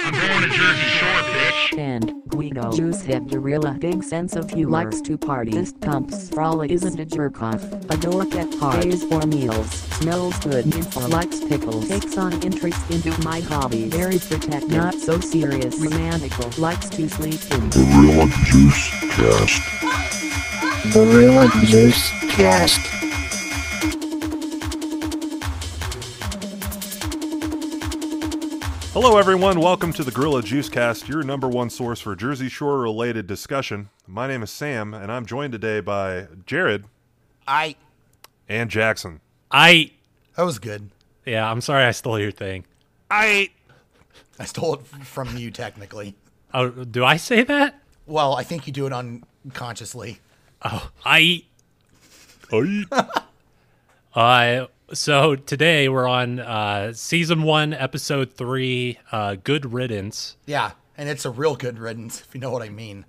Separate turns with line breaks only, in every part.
Jersey Shore, bitch.
And Guido Jews have a real big sense of humor. Likes to party. This pumps frolic isn't a jerk off. A dork at parties or meals. Smells good. Info likes pickles. Takes on interest into my hobby. Very protective. Not so serious. Romantical. Likes to sleep in.
Gorilla Juice Cast.
Gorilla Juice Cast.
Hello, everyone. Welcome to the Gorilla Juice Cast, your number one source for Jersey Shore related discussion. My name is Sam, and I'm joined today by Jared
I
and Jackson.
I
that was good.
yeah, I'm sorry I stole your thing.
I
I stole it f- from you technically.
Oh, do I say that?
Well, I think you do it unconsciously.
I uh so today we're on uh season 1 episode 3 uh Good Riddance.
Yeah, and it's a real good riddance if you know what I mean.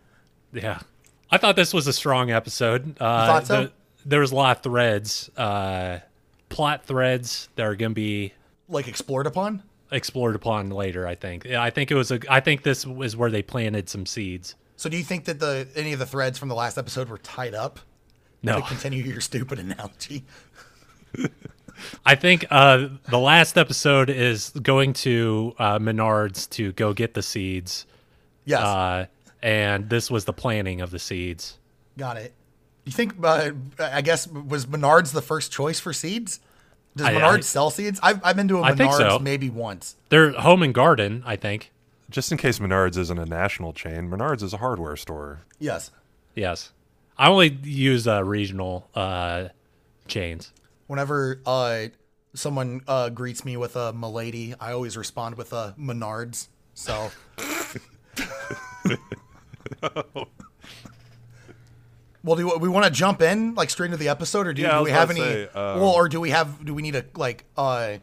Yeah. I thought this was a strong episode. Uh
thought so?
the- there was a lot of threads, uh plot threads that are going to be
Like explored upon.
explored upon later, I think. Yeah, I think it was a I think this was where they planted some seeds.
So do you think that the any of the threads from the last episode were tied up?
No.
To continue your stupid analogy.
I think uh, the last episode is going to uh, Menards to go get the seeds,
Yes,
uh, and this was the planting of the seeds.
got it. You think? Uh, I guess was Menards the first choice for seeds? Does
I-
Menards
I-
sell seeds? I've I've been to a
I think
Menards
so.
maybe once.
They're home and garden, I think.
Just in case Menards isn't a national chain, Menards is a hardware store.
Yes.
Yes, I only use uh, regional uh, chains.
Whenever uh, someone uh, greets me with a "milady," I always respond with a "Menards." So Well, do we want to jump in like straight into the episode, or do,
Yeah, I
do
was
we have
about
any?
to say, um,
well, or do we have? Do we need a like? Uh,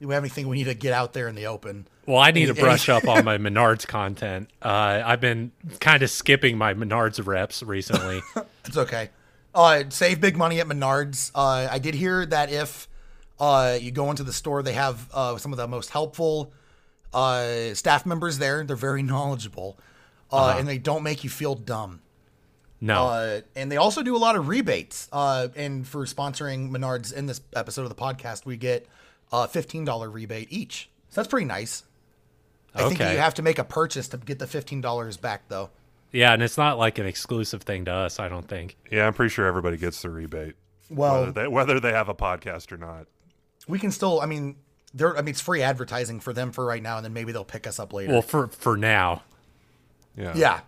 do we have anything we need to get out there in the open?
Well, I need to
Any-
brush up on my Menards content. Uh, I've been kind of skipping my Menards reps recently.
It's okay. Uh, save big money at Menards. Uh, I did hear that if uh, you go into the store, they have uh, some of the most helpful uh, staff members there. They're very knowledgeable, uh, and they don't make you feel dumb.
No,
Uh, and they also do a lot of rebates. Uh, and for sponsoring Menards in this episode of the podcast, we get a fifteen dollar rebate each. So that's pretty nice. I think
Okay.
you have to make a purchase to get the fifteen dollars back, though.
yeah, and it's not like an exclusive thing to us. I don't think.
Yeah, I'm pretty sure everybody gets the rebate,
Well,
whether they, whether they have a podcast or not.
we can still. I mean, they're. I mean, it's free advertising for them for right now, and then maybe they'll pick us up later.
Well, for for now,
Yeah.
yeah.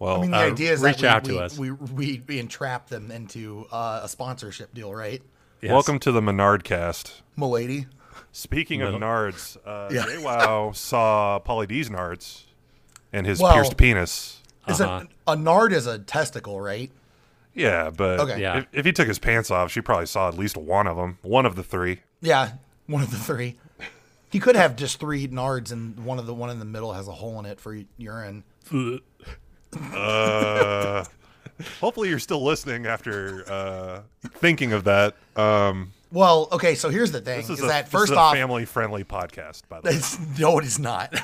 Well,
I mean, the
uh,
idea is
reach
that we,
out to
we,
us.
We, we we entrap them into uh, a sponsorship deal, right,
Yes.
welcome to the Menard cast.
milady?
Speaking of Menards, uh,
Yeah.
JWoww saw Polly D's Nards and his
Well-
pierced penis.
Is
Uh-huh.
a, a nard is a testicle, right?
Yeah, but
Okay.
Yeah.
if, if he took his pants off, she probably saw at least one of them, one of the three.
Yeah, one of the three. He could have just three nards, and one of the one in the middle has a hole in it for urine.
Uh, hopefully, you're still listening after uh, thinking of that. Um,
Well, okay, so here's the thing:
this
is,
is, a,
that
this
first
is a
off,
family-friendly podcast, by the way.
it's, no, it is not.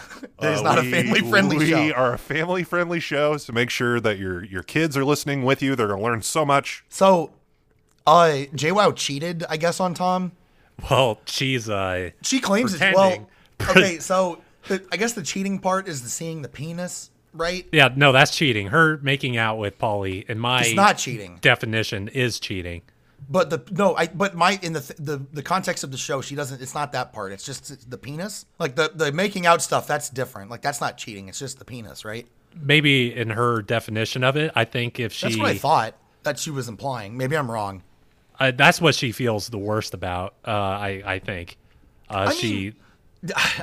It is
Uh,
not
we-
a family-friendly
we
show.
are a family-friendly show, so make sure that your your kids are listening with you. They're going to learn so much.
So, uh, JWoww cheated, I guess, on Tom.
Well, she's uh
She claims
Pretending.
it's well. Okay, so the, I guess the cheating part is the seeing the penis, right?
yeah, no, that's cheating. Her making out with Polly in my
It's not cheating,
definition is cheating.
but the no, I but my in the th- the the context of the show, she doesn't. It's not that part. It's just the penis, like the the making out stuff. That's different. Like that's not cheating. It's just the penis, right?
Maybe in her definition of it, I think if she
That's what I thought that she was implying. Maybe I'm wrong.
uh, that's what she feels the worst about. Uh, I I think uh,
I
she
mean,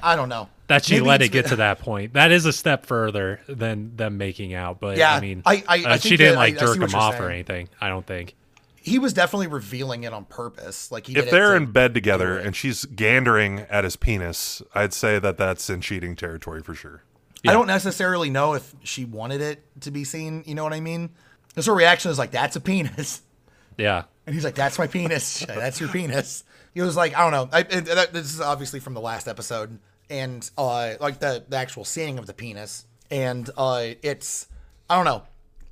I don't know
that she
Maybe
let it
it's-
get to that point. That is a step further than them making out. But
Yeah,
I mean,
I- I- I
uh,
think
she didn't
that-
like
I- I see
jerk him
what you're
off or
saying.
anything. I don't think.
He was definitely revealing it on purpose. Like he did
If
it
they're
to-
in bed together and she's gandering at his penis, I'd say that that's in cheating territory for sure.
I don't necessarily know if she wanted it to be seen. You know what I mean? Because her reaction is like, "That's a penis,"
Yeah,
and he's like, "That's my penis. She's like, That's your penis." He was like, "I don't know." I, it, that, this is obviously from the last episode, and uh, like the, the actual seeing of the penis. And uh, it's, I don't know.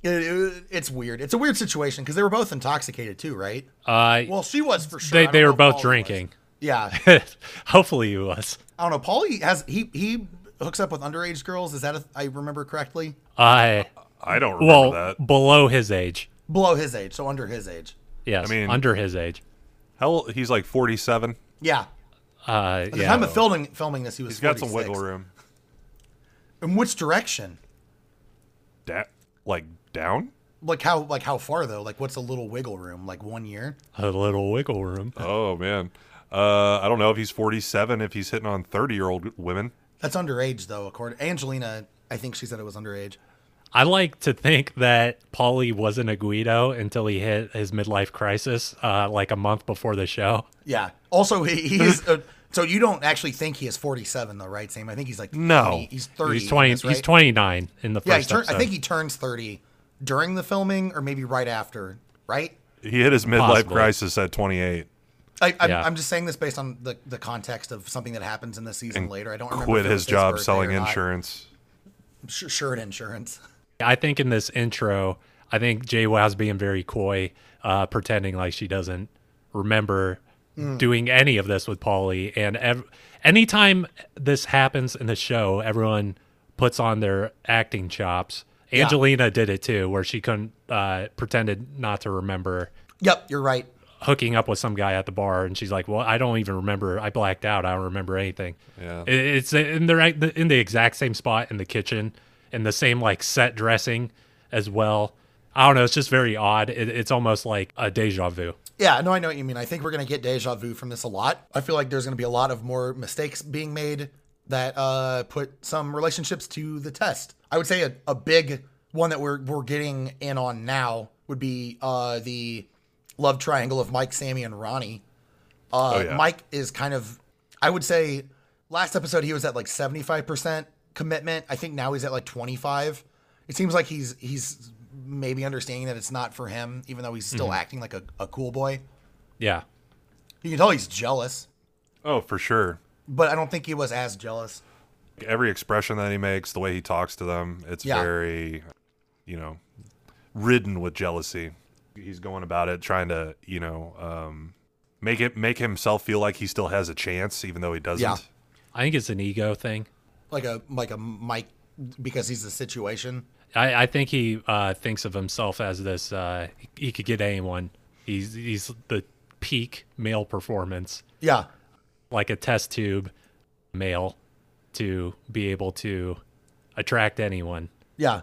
It- it- it's weird. It's a weird situation because they were both intoxicated too, right?
Uh,
Well, she was for sure. I
they
don't
they
know
were
if Paul
both
was.
drinking.
Yeah,
Hopefully he was.
I don't know. Paulie has he he hooks up with underage girls. Is that if I remember correctly?
I
I don't remember
well
that.
below his age.
Below his age, so under his age.
Yes,
I mean-
under his age.
How old, he's like 47.
Yeah.
Uh,
At the
yeah.
time of filming filming this, he was.
He's got some
46.
wiggle room.
In which direction?
Da- like down?
Like how like how far though? Like what's a little wiggle room? Like one year?
a little wiggle room.
Oh man. Uh, I don't know if he's 47 if he's hitting on 30-year-old women.
That's underage though. According Angelina, I think she said it was underage.
I like to think that Paulie wasn't a Guido until he hit his midlife crisis, uh, like a month before the show.
Yeah. Also, he, he is. Uh, so you don't actually think he is forty seven though, right? Sam, I think he's like
No.
20 he's thirty.
he's twenty.
that's
He's
right?
twenty nine in the
Yeah, he
first
turn, I
episode.
think he turns thirty during the filming, or maybe right after. Right.
He hit his midlife
Possibly.
crisis at 28.
I, I'm,
Yeah.
I'm just saying this based on the, the context of something that happens in the season later. I don't remember
Quit
if it was
his job
birthday
selling
or not.
insurance.
Sh- shirt insurance.
I think in this intro, I think Jay Wow's being very coy, uh, pretending like she doesn't remember doing any of this with Paulie. And ev- anytime this happens in the show, everyone puts on their acting chops. Angelina did it too, where she couldn't uh, pretended not to remember
Yep, you're right.
hooking up with some guy at the bar, and she's like, "Well, I don't even remember. I blacked out. I don't remember anything."
Yeah.
It- it's and they're at the- in the exact same spot in the kitchen, in the same like set dressing as well. I don't know. It's just very odd. It, it's almost like a deja vu.
Yeah, no, I know what you mean. I think we're gonna get deja vu from this a lot. I feel like there's gonna be a lot of more mistakes being made that uh, put some relationships to the test. I would say a, a big one that we're we're getting in on now would be uh, the love triangle of Mike, Sammy, and Ronnie. Uh,
yeah.
Mike is kind of, I would say, last episode he was at like seventy five percent commitment. I think now he's at like twenty five. It seems like he's he's maybe understanding that it's not for him, even though he's still acting like a, a cool boy.
Yeah.
You can tell he's jealous,
Oh, for sure.
but I don't think he was as jealous.
Every expression that he makes, the way he talks to them, it's
Yeah.
very, you know, ridden with jealousy. He's going about it trying to, you know, um, make it make himself feel like he still has a chance, even though he doesn't.
Yeah.
I think it's an ego thing.
Like a like a Mike because he's the situation.
I, I think he uh, thinks of himself as this. Uh, he, he could get anyone. He's he's the peak male performance.
Yeah.
like a test tube male to be able to attract anyone.
Yeah.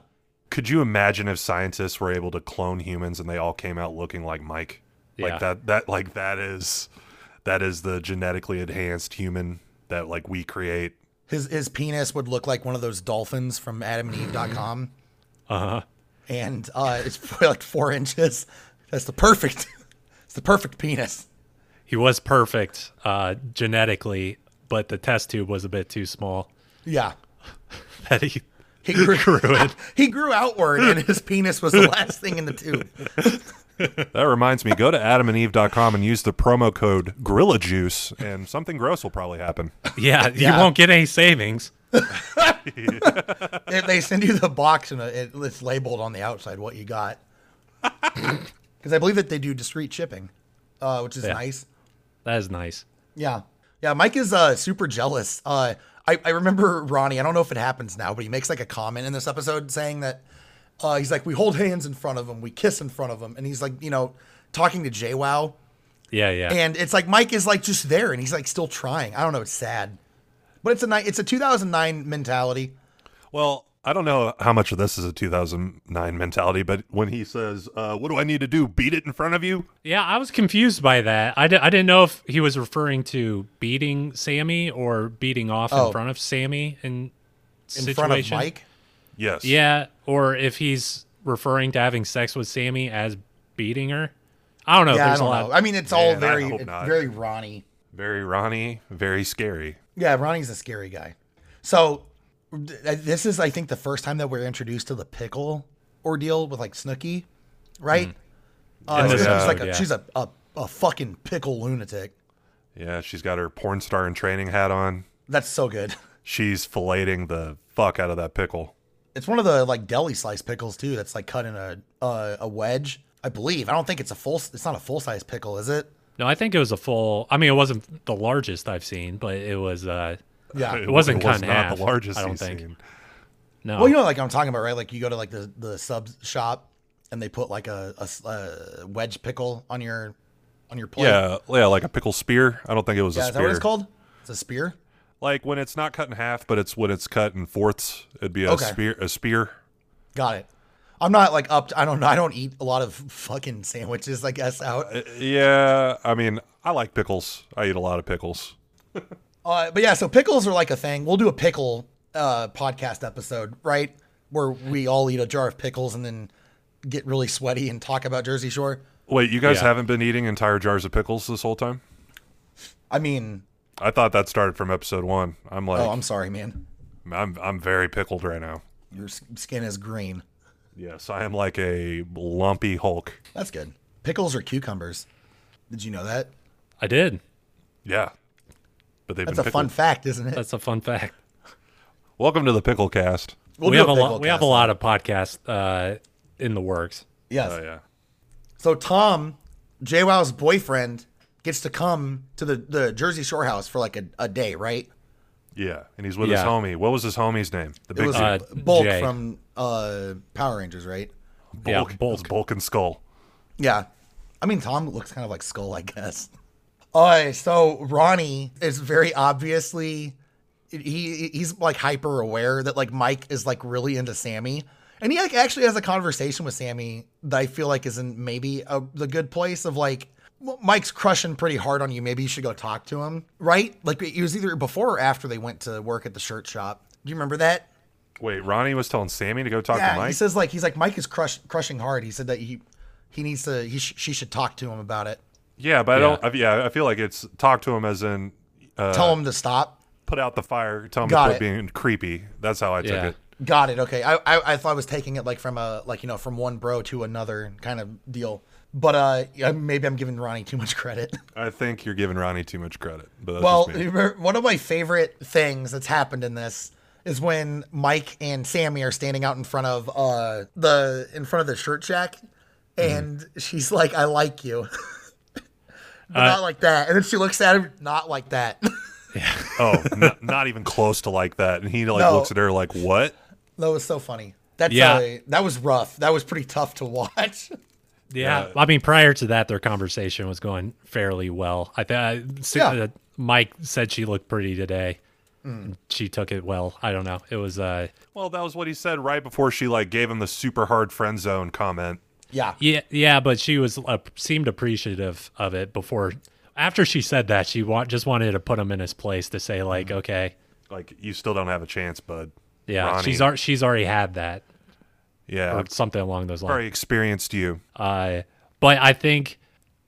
Could you imagine if scientists were able to clone humans and they all came out looking like Mike?
Yeah.
Like that that like that is that is the genetically enhanced human that like we create.
His his penis would look like one of those dolphins from adamandeve.com. Uh-huh. And uh it's probably like four inches. That's the perfect it's the perfect penis.
He was perfect uh, genetically, but the test tube was a bit too small.
Yeah.
That he
He grew,
grew it.
he grew outward and his penis was the last thing in the tube.
That reminds me, go to adamandeve.com and use the promo code Gorilla Juice and something gross will probably happen.
Yeah,
Yeah.
you won't get any savings.
They, they send you the box and it, it's labeled on the outside what you got. Because I believe that they do discreet shipping, uh, which is
Yeah.
nice.
That is nice.
Yeah. Yeah. Mike is uh, super jealous. Uh, I, I remember Ronnie, I don't know if it happens now, but he makes like a comment in this episode saying that uh, he's like, we hold hands in front of him, we kiss in front of him. And he's like, you know, talking to JWoww.
Yeah, yeah.
And it's like Mike is like just there and he's like still trying. I don't know. It's sad. But it's a ni- it's a 2009 mentality.
Well, I don't know how much of this is a 2009 mentality, but when he says, uh, "What do I need to do? Beat it in front of you?"
yeah, I was confused by that. I, di- I didn't know if he was referring to beating Sammy or beating off
Oh.
in front of Sammy in,
In
situation.
front of Mike.
Yes.
Yeah, or if he's referring to having sex with Sammy as beating her. I don't know.
yeah, I
There's
don't
a lot.
know. I mean, it's all
Man, I
very,
hope
it's
not.
very Ronnie.
Very Ronnie, very scary.
Yeah, Ronnie's a scary guy. So th- uh, this is, I think, the first time that we're introduced to the pickle ordeal with like Snooky, right? Uh,
In this
Snooki's
episode,
like a,
yeah.
she's a, a a fucking pickle lunatic.
Yeah, she's got her porn star in training hat on.
That's so good.
she's filleting the fuck out of that pickle.
It's one of the like deli slice pickles too. That's like cut in a uh, a wedge, I believe. I don't think it's a full. It's not a full size pickle, is it?
No, I think it was a full. I mean, it wasn't the largest I've seen, but it was. uh
Yeah.
It wasn't
was
cut in
not
half,
the largest
I don't
he's
think.
seen.
No,
Well, you know, like I'm talking about, right? Like you go to like the the sub shop, and they put like a, a s- a wedge pickle on your on your plate.
Yeah, yeah, like a pickle spear. I don't think it was a
yeah. Is
spear.
that what it's called? It's a spear.
Like when it's not cut in half, but it's when it's cut in fourths. It'd be a
Okay.
spear. A spear.
Got it. I'm not like up. I don't know. I don't eat a lot of fucking sandwiches. I guess out.
Uh, Yeah, I mean, I like pickles. I eat a lot of pickles.
Uh, but yeah, so pickles are like a thing. We'll do a pickle uh, podcast episode, right? Where we all eat a jar of pickles and then get really sweaty and talk about Jersey Shore.
Wait, you guys
Yeah.
haven't been eating entire jars of pickles this whole time?
I mean,
I thought that started from episode one. I'm like,
oh, I'm sorry, man.
I'm, I'm very pickled right now.
Your s- skin is green.
Yes, I am like a lumpy Hulk.
That's good. Pickles are cucumbers. Did you know that?
I did.
Yeah, but they've
That's a
been pickled.
fun fact, isn't it?
That's a fun fact.
Welcome to the pickle cast.
We'll
we
do
have a
pickle
lot. We have a
cast.
lot of podcasts uh, in the works.
Yes.
Oh yeah.
So Tom, JWoww's boyfriend, gets to come to the, the Jersey Shore house for like a, a day, right?
Yeah, and he's with
Yeah.
his homie. What was his homie's name? The
It
big
was
dude.
Uh,
Bulk
Jay.
from uh, Power Rangers, right?
yeah,
It was
bulk.
Bulk and Skull.
Yeah. I mean, Tom looks kind of like Skull, I guess. Uh, so Ronnie is very obviously he he's like hyper aware that like Mike is like really into Sammy, and he like actually has a conversation with Sammy that I feel like is in maybe a, the good place of like well, Mike's crushing pretty hard on you. Maybe you should go talk to him, right? Like it was either before or after they went to work at the shirt shop. Do you remember that?
Wait, Ronnie was telling Sammy to go talk
Yeah,
to
he
Mike.
says like he's like Mike is crush, crushing hard. He said that he he needs to he sh- she should talk to him about it.
yeah, but I don't. I, yeah, I feel like it's talk to him as in uh,
Tell him to stop.
put out the fire. Tell him
Got
to
it.
quit being creepy. That's how I took
Yeah.
it.
Got it. Okay. I, I I thought I was taking it like from a like you know from one bro to another kind of deal. But uh yeah, maybe I'm giving Ronnie too much credit.
I think you're giving Ronnie too much credit. But that's
well,
just me.
remember- one of my favorite things that's happened in this is when Mike and Sammy are standing out in front of uh the in front of the shirt shack
Mm-hmm.
and she's like I like you.
Uh,
but not like that. And then she looks at him not like that.
oh, n- not even close to like that. And he like
No.
looks at her like, "What?"
that was so funny. That's
Yeah.
uh, that was rough. That was pretty tough to watch.
Yeah,
Uh,
I mean, prior to that, their conversation was going fairly well. I think
Yeah.
uh, Mike said she looked pretty today.
Hmm.
and She took it well. I don't know. It was uh,
Well, that was what he said right before she like gave him the super hard friend zone comment.
Yeah.
yeah, yeah, but she was uh, seemed appreciative of it before. After she said that, she wa- just wanted to put him in his place to say like, okay,
Like, you still don't have a chance, bud.
yeah,
Ronnie.
she's ar- she's already had that
yeah.
or something along those lines.
Already experienced you.
Uh, but I think,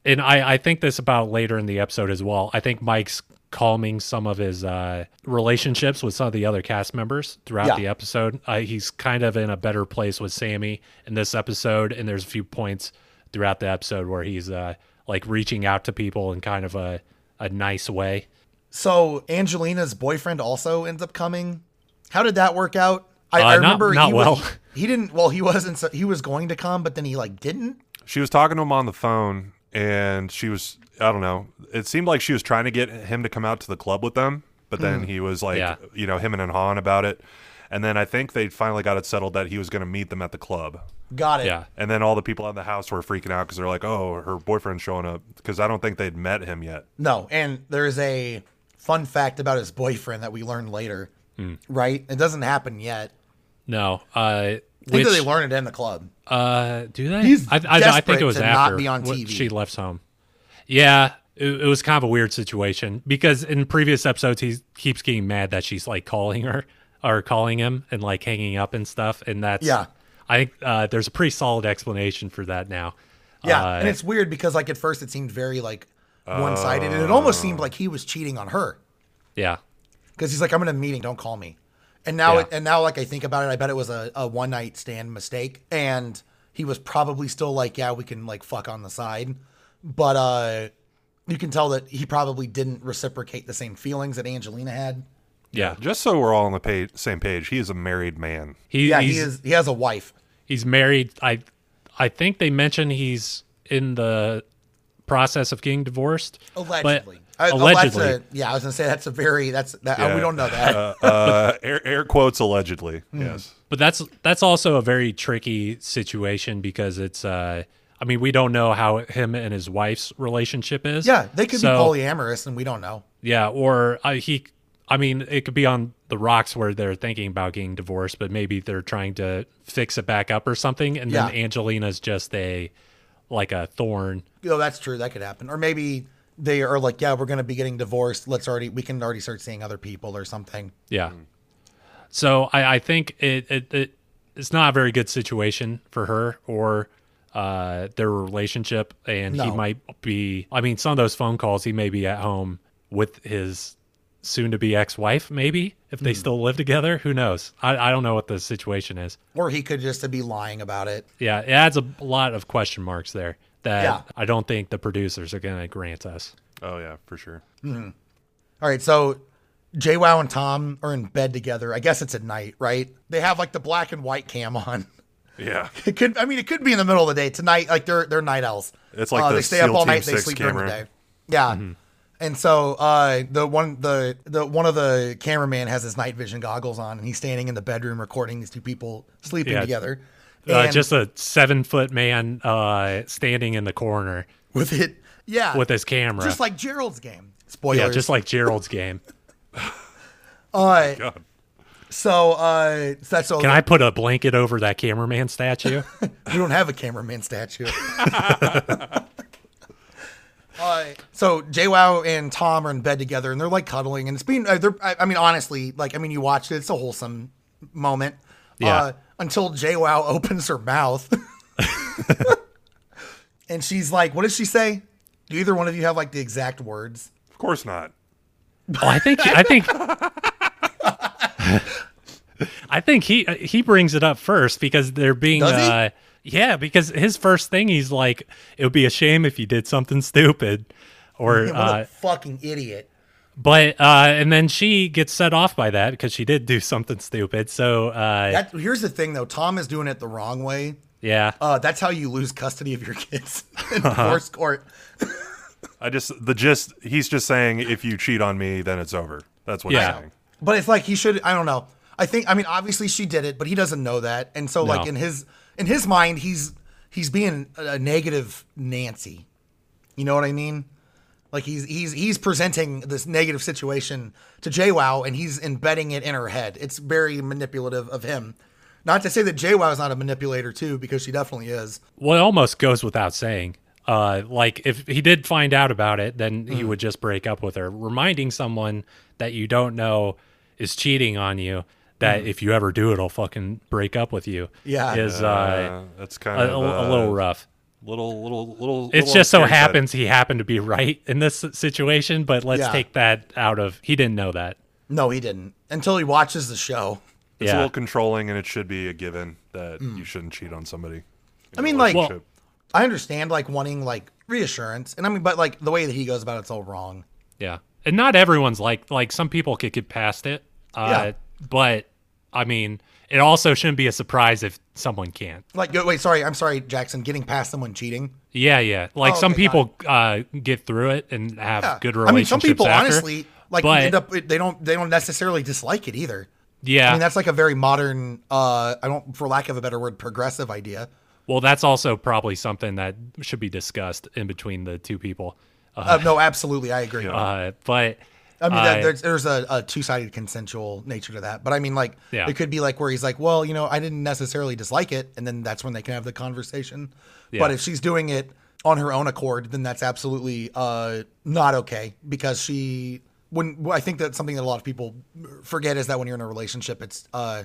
and I, I think this about later in the episode as well. I think Mike's calming some of his uh, relationships with some of the other cast members throughout
Yeah.
the episode. Uh, he's kind of in a better place with Sammy in this episode, and there's a few points throughout the episode where he's uh, like reaching out to people in kind of a, a nice way.
So Angelina's boyfriend also ends up coming. How did that work out? I,
Uh,
I
not-
remember
not
he
well.
Was, he didn't. Well, he wasn't. So he was going to come, but then he like didn't.
she was talking to him on the phone and she was i don't know it seemed like she was trying to get him to come out to the club with them but then he was like
Yeah.
you know him and han about it and then i think they finally got it settled that he was going to meet them at the club
Got it.
Yeah.
and then all the people in the house were freaking out because they're like oh her boyfriend's showing up because i don't think they'd met him yet
No. And there's a fun fact about his boyfriend that we learn later.
Hmm.
Right. It doesn't happen yet.
No, uh,
I think
which,
that they learn it in the club.
Uh, do they?
He's
I, I, I think
desperate
it was
to not
after
be on
wh-
TV.
she left home. Yeah, it, it was kind of a weird situation because in previous episodes he keeps getting mad that she's like calling her or calling him and like hanging up and stuff, and that's
Yeah.
I think uh, there's a pretty solid explanation for that now.
Yeah.
Uh,
and it's weird because like at first it seemed very like one sided, and it almost
Oh.
seemed like he was cheating on her.
yeah,
because he's like, I'm in a meeting, don't call me. And now,
Yeah.
it, and now, like I think about it, I bet it was a, a one night stand mistake, and he was probably still like, yeah, we can like fuck on the side, but uh, you can tell that he probably didn't reciprocate the same feelings that Angelina had.
Yeah.
Just so we're all on the page, same page, he is a married man.
He,
Yeah,
he's,
he is. He has a wife.
he's married. I I think they mentioned he's in the process of getting divorced. but-
Allegedly. I- oh, that's
allegedly.
a- yeah, I was gonna say that's a very that's that, uh,
Yeah.
we don't know that.
Uh, uh, air, air quotes allegedly.
Hmm.
Yes.
But that's that's also a very tricky situation because it's uh I mean we don't know how him and his wife's relationship is.
yeah, they could
So,
be polyamorous, and we don't know.
Yeah, or uh, he I mean it could be on the rocks where they're thinking about getting divorced, but maybe they're trying to fix it back up or something and then
Yeah.
Angelina's just a like a thorn.
Oh, that's true. That could happen. Or maybe they are like, yeah, we're gonna be getting divorced. Let's already we can already start seeing other people or something.
Yeah. So I, I think it, it, it it's not a very good situation for her or uh, their relationship, and he
No.
might be. I mean, some of those phone calls, he may be at home with his soon-to-be ex-wife, maybe if
Hmm.
they still live together. Who knows? I, I don't know what the situation is.
Or he could just be lying about it.
Yeah, it adds a lot of question marks there that
Yeah.
I don't think the producers are going to grant us.
Oh yeah, for sure.
All right, so JWoww and Tom are in bed together. I guess it's at night, right? They have like the black and white cam on.
Yeah.
It could, I mean, it could be in the middle of the day tonight. Like they're they're night owls.
It's like
Uh,
the
they stay up
SEAL
all
Team
night. They
6
sleep during the
camera.
day. Yeah. And so uh, the one the the one of the cameraman has his night vision goggles on, and he's standing in the bedroom recording these two people sleeping
Yeah.
together.
Uh,
And
just a seven-foot man uh, standing in the corner
with it, yeah,
with his camera.
Uh, just like Gerald's game. Spoilers.
Oh, Yeah, just like Gerald's game.
uh,
God.
so uh, so that's all.
Can I put a blanket over that cameraman statue? Oh,
We don't have a cameraman statue. uh, so JWoww and Tom are in bed together, and they're like cuddling, and it's been. Uh, they're. I, I mean, honestly, like I mean, you watched it; it's a wholesome moment.
Yeah.
Uh, until JWoww opens her mouth, and she's like, "What does she say?" Do either one of you have like the exact words?
Of course not.
oh, I think I think I think he uh, he brings it up first because they're being
Does he?
uh yeah, because his first thing he's like it would be a shame if you did something stupid or
Yeah, what
uh
a fucking idiot!
but uh and then she gets set off by that because she did do something stupid. So uh
That, here's the thing, though. Tom is doing it the wrong way.
yeah.
Uh, that's how you lose custody of your kids in divorce court.
I just the gist. He's just saying if you cheat on me, then it's over. That's what
Yeah.
he's saying.
But it's like he should. I don't know. I think. I mean, obviously she did it, but he doesn't know that. And so, like
No.
in his in his mind, he's he's being a, a negative Nancy. You know what I mean? Like he's he's he's presenting this negative situation to JWoww, and he's embedding it in her head. It's very manipulative of him. Not to say that JWoww is not a manipulator too, because she definitely is.
Well, it almost goes without saying. Uh, like if he did find out about it, then he would just break up with her. Reminding someone that you don't know is cheating on you. That if you ever do, it'll fucking break up with you.
Yeah.
is
Uh,
uh,
that's
a,
kind
a,
of
a
uh,
little rough.
Little little little.
It
little
just so
unfair, but-
happens he happened to be right in this situation, but let's
Yeah.
take that out of he didn't know that.
No, he didn't until he watches the show.
It's a
yeah, Hmm.
little controlling, and it should be a given that you shouldn't cheat on somebody.
I mean, like
Well-
I understand like wanting like reassurance, and I mean, but like the way that he goes about it's all wrong.
yeah. And not everyone's like like some people could get past it. Uh, but I mean, it also shouldn't be a surprise if someone can't.
Like, go- wait, sorry, I'm sorry, Jackson. Getting past someone cheating.
Yeah, yeah. Like some
Oh, okay, got
people uh, get through it and have
Yeah.
good
I mean,
relationships.
some people
after,
honestly like
but-
end up. They don't. They don't necessarily dislike it either.
yeah.
I mean, that's like a very modern. uh I don't, for lack of a better word, progressive idea.
well, that's also probably something that should be discussed in between the two people. Uh-huh.
Uh, no, absolutely, I agree.
Uh, but
I mean, that,
I-
there's, there's a, a two-sided consensual nature to that. But I mean, like,
Yeah.
it could be like where he's like, well, you know, I didn't necessarily dislike it, and then that's when they can have the conversation. But if she's doing it on her own accord, then that's absolutely uh, not okay because she when well, I think that's something that a lot of people forget is that when you're in a relationship, it's uh,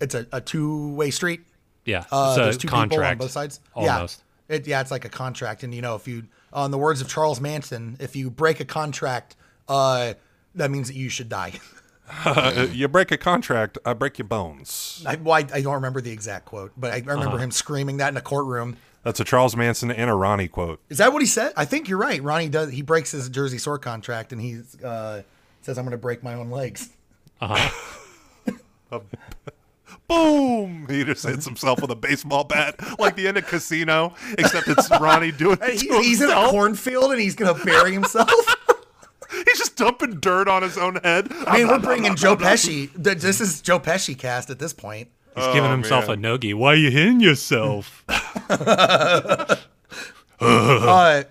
it's a, a two-way street.
yeah,
Uh,
it's
there's
a
two people on
contract.
both sides.
almost.
Yeah. It, yeah, it's like a contract, and you know, if you, on the words of Charles Manson, if you break a contract, uh, that means that you should die.
Hmm.
Uh, you break a contract, I break your bones.
I, well, I, I don't remember the exact quote, but I remember him screaming that in a courtroom.
That's a Charles Manson and a Ronnie quote.
Is that what he said? I think you're right. Ronnie does. He breaks his Jersey Shore contract, and he uh, says, "I'm going to break my own legs."
Boom! He just hits himself with a baseball bat, like the end of Casino, except it's Ronnie doing it
He's,
to
he's in a
himself.
cornfield and he's gonna bury himself.
He's just dumping dirt on his own head.
I mean, we're bringing Joe Pesci. th- This is Joe Pesci cast at this point.
He's giving himself a noogie. Why you hitting yourself?
Oh.
Uh,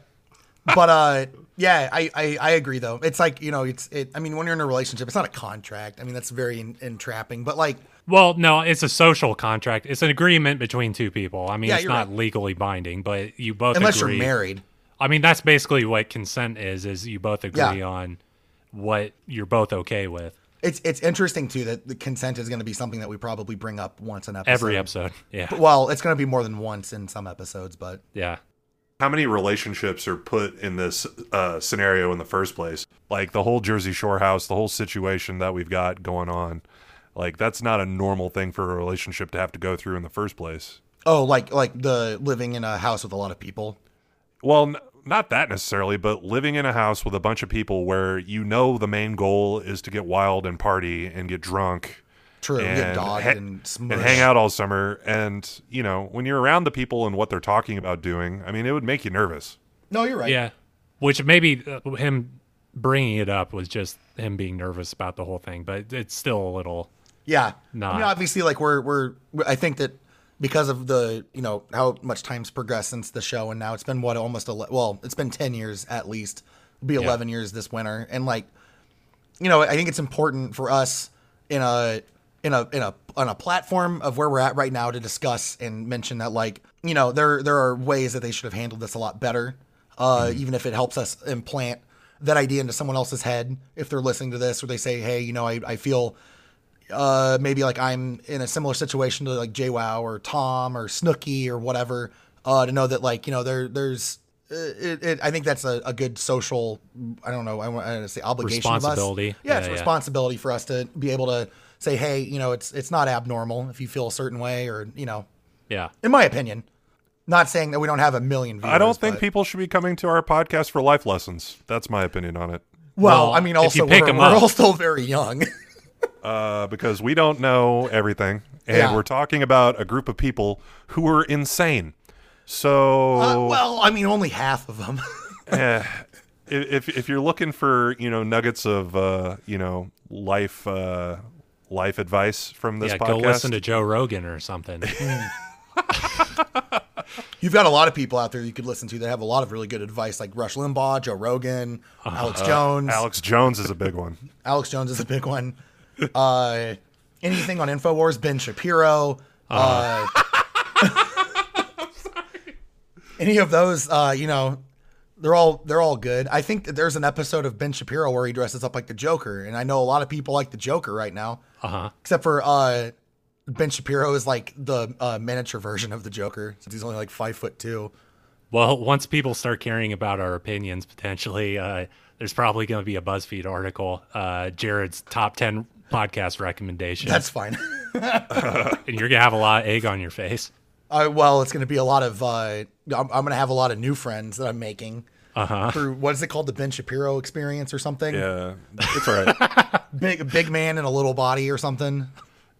but uh, yeah, I, I I agree though. It's like you know, it's it. I mean, when you're in a relationship, it's not a contract. I mean, that's very en- entrapping. But like,
well, no, it's a social contract. It's an agreement between two people. I mean,
Yeah,
it's
you're
not
right.
legally binding, but you both
unless
agree.
you're married,
I mean, that's basically what consent is: is you both agree on what you're both okay with.
it's it's interesting too that the consent is going to be something that we probably bring up once an episode.
Every episode, yeah,
Well, it's going to be more than once in some episodes, but
yeah.
How many relationships are put in this uh, scenario in the first place? Like the whole Jersey Shore house, the whole situation that we've got going on. Like that's not a normal thing for a relationship to have to go through in the first place.
oh, like like the living in a house with a lot of people.
Well, n- not that necessarily, but living in a house with a bunch of people where you know the main goal is to get wild and party and get drunk
True,
and,
get dogged
ha-
and
and
smush.
hang out all summer. And, you know, when you're around the people and what they're talking about doing, I mean, it would make you nervous.
No, you're right.
Yeah, which maybe uh, him bringing it up was just him being nervous about the whole thing, but it's still a little.
Yeah.
Nah.
I mean, obviously, like we're we're I think that because of the you know how much time's progressed since the show, and now it's been what almost ele- well, it's been ten years at least, It'll be eleven years this winter, and like you know, I think it's important for us in a in a in a on a platform of where we're at right now to discuss and mention that like you know there there are ways that they should have handled this a lot better, uh, even if it helps us implant that idea into someone else's head if they're listening to this or they say hey you know I, I feel uh, maybe like I'm in a similar situation to like JWoww or Tom or Snooky or whatever, uh, to know that like you know there there's uh, it, it, I think that's a, a good social I don't know I want to say obligation of us.
Responsibility.
Yeah, it's
Yeah,
a
yeah.
responsibility for us to be able to say hey you know it's it's not abnormal if you feel a certain way or you know
Yeah,
in my opinion, not saying that we don't have a million viewers.
I don't think
but-
people should be coming to our podcast for life lessons. That's my opinion on it.
Well,
Well,
I mean,
if you
also
pick
we're,
'em
we're
up.
all still very young.
Uh, because we don't know everything. And
Yeah.
we're talking about a group of people who are insane. So.
Uh, well, I mean, only half of them.
Eh, if if you're looking for you know nuggets of uh, you know life uh, life advice from this
yeah.
podcast,
Go listen to Joe Rogan or something.
You've got a lot of people out there you could listen to that have a lot of really good advice, like Rush Limbaugh, Joe Rogan, Alex Jones.
Alex Jones is a big one.
Alex Jones is a big one. Uh, anything on Infowars, Ben Shapiro. Uh, any of those, uh, you know, they're all they're all good. I think that there's an episode of Ben Shapiro where he dresses up like the Joker, and I know a lot of people like the Joker right now,
Uh huh.
except for uh, Ben Shapiro is like the uh, miniature version of the Joker since he's only like five foot two.
Well, once people start caring about our opinions, potentially, uh, there's probably going to be a BuzzFeed article, uh, Jared's top 10 podcast recommendations.
That's fine.
and you're going to have a lot of egg on your face.
Uh, well, it's going to be a lot of. Uh, I'm, I'm going to have a lot of new friends that I'm making through what is it called, the Ben Shapiro experience or something?
Uh-huh. Yeah, it's all right.
Big big man in a little body or something.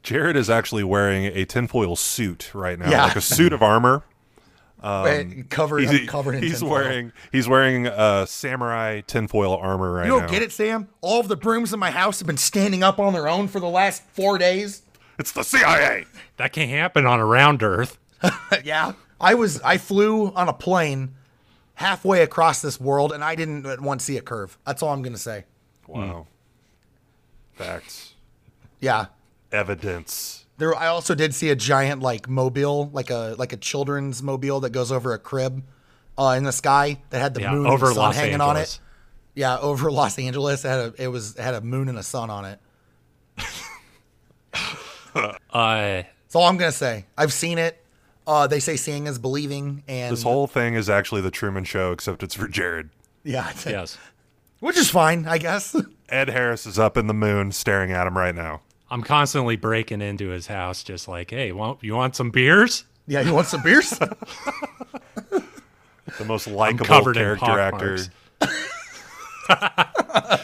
Jared is actually wearing a tinfoil suit right now,
Yeah.
like a suit of armor.
Wait, covered
Um, He's, e-
I'm covered in.
he's
tinfoil.
wearing he's wearing uh, samurai tinfoil armor right
You don't
now.
get it, Sam. All of the brooms in my house have been standing up on their own for the last four days.
It's the CIA.
That can't happen on a round earth.
yeah, I was. I flew on a plane halfway across this world, and I didn't at once see a curve. That's all I'm going to say.
Wow, facts,
Yeah,
evidence.
There, I also did see a giant like mobile, like a like a children's mobile that goes over a crib uh, in the sky that had the
Yeah,
moon and
over
sun
Los
hanging on it.
Angeles.
Yeah, over Los Angeles, it had a, it was it had a moon and a sun on it.
Uh,
That's all I'm gonna say. I've seen it. Uh, they say seeing is believing, and
This whole thing is actually the Truman Show, except it's for Jared.
yeah,
yes.
which is fine, I guess.
Ed Harris is up in the moon, staring at him right now.
I'm constantly breaking into his house, just like, hey, want, you want some beers?
yeah, you want some beers?
the most
I'm
likable
covered in
character
pock
actor.
marks.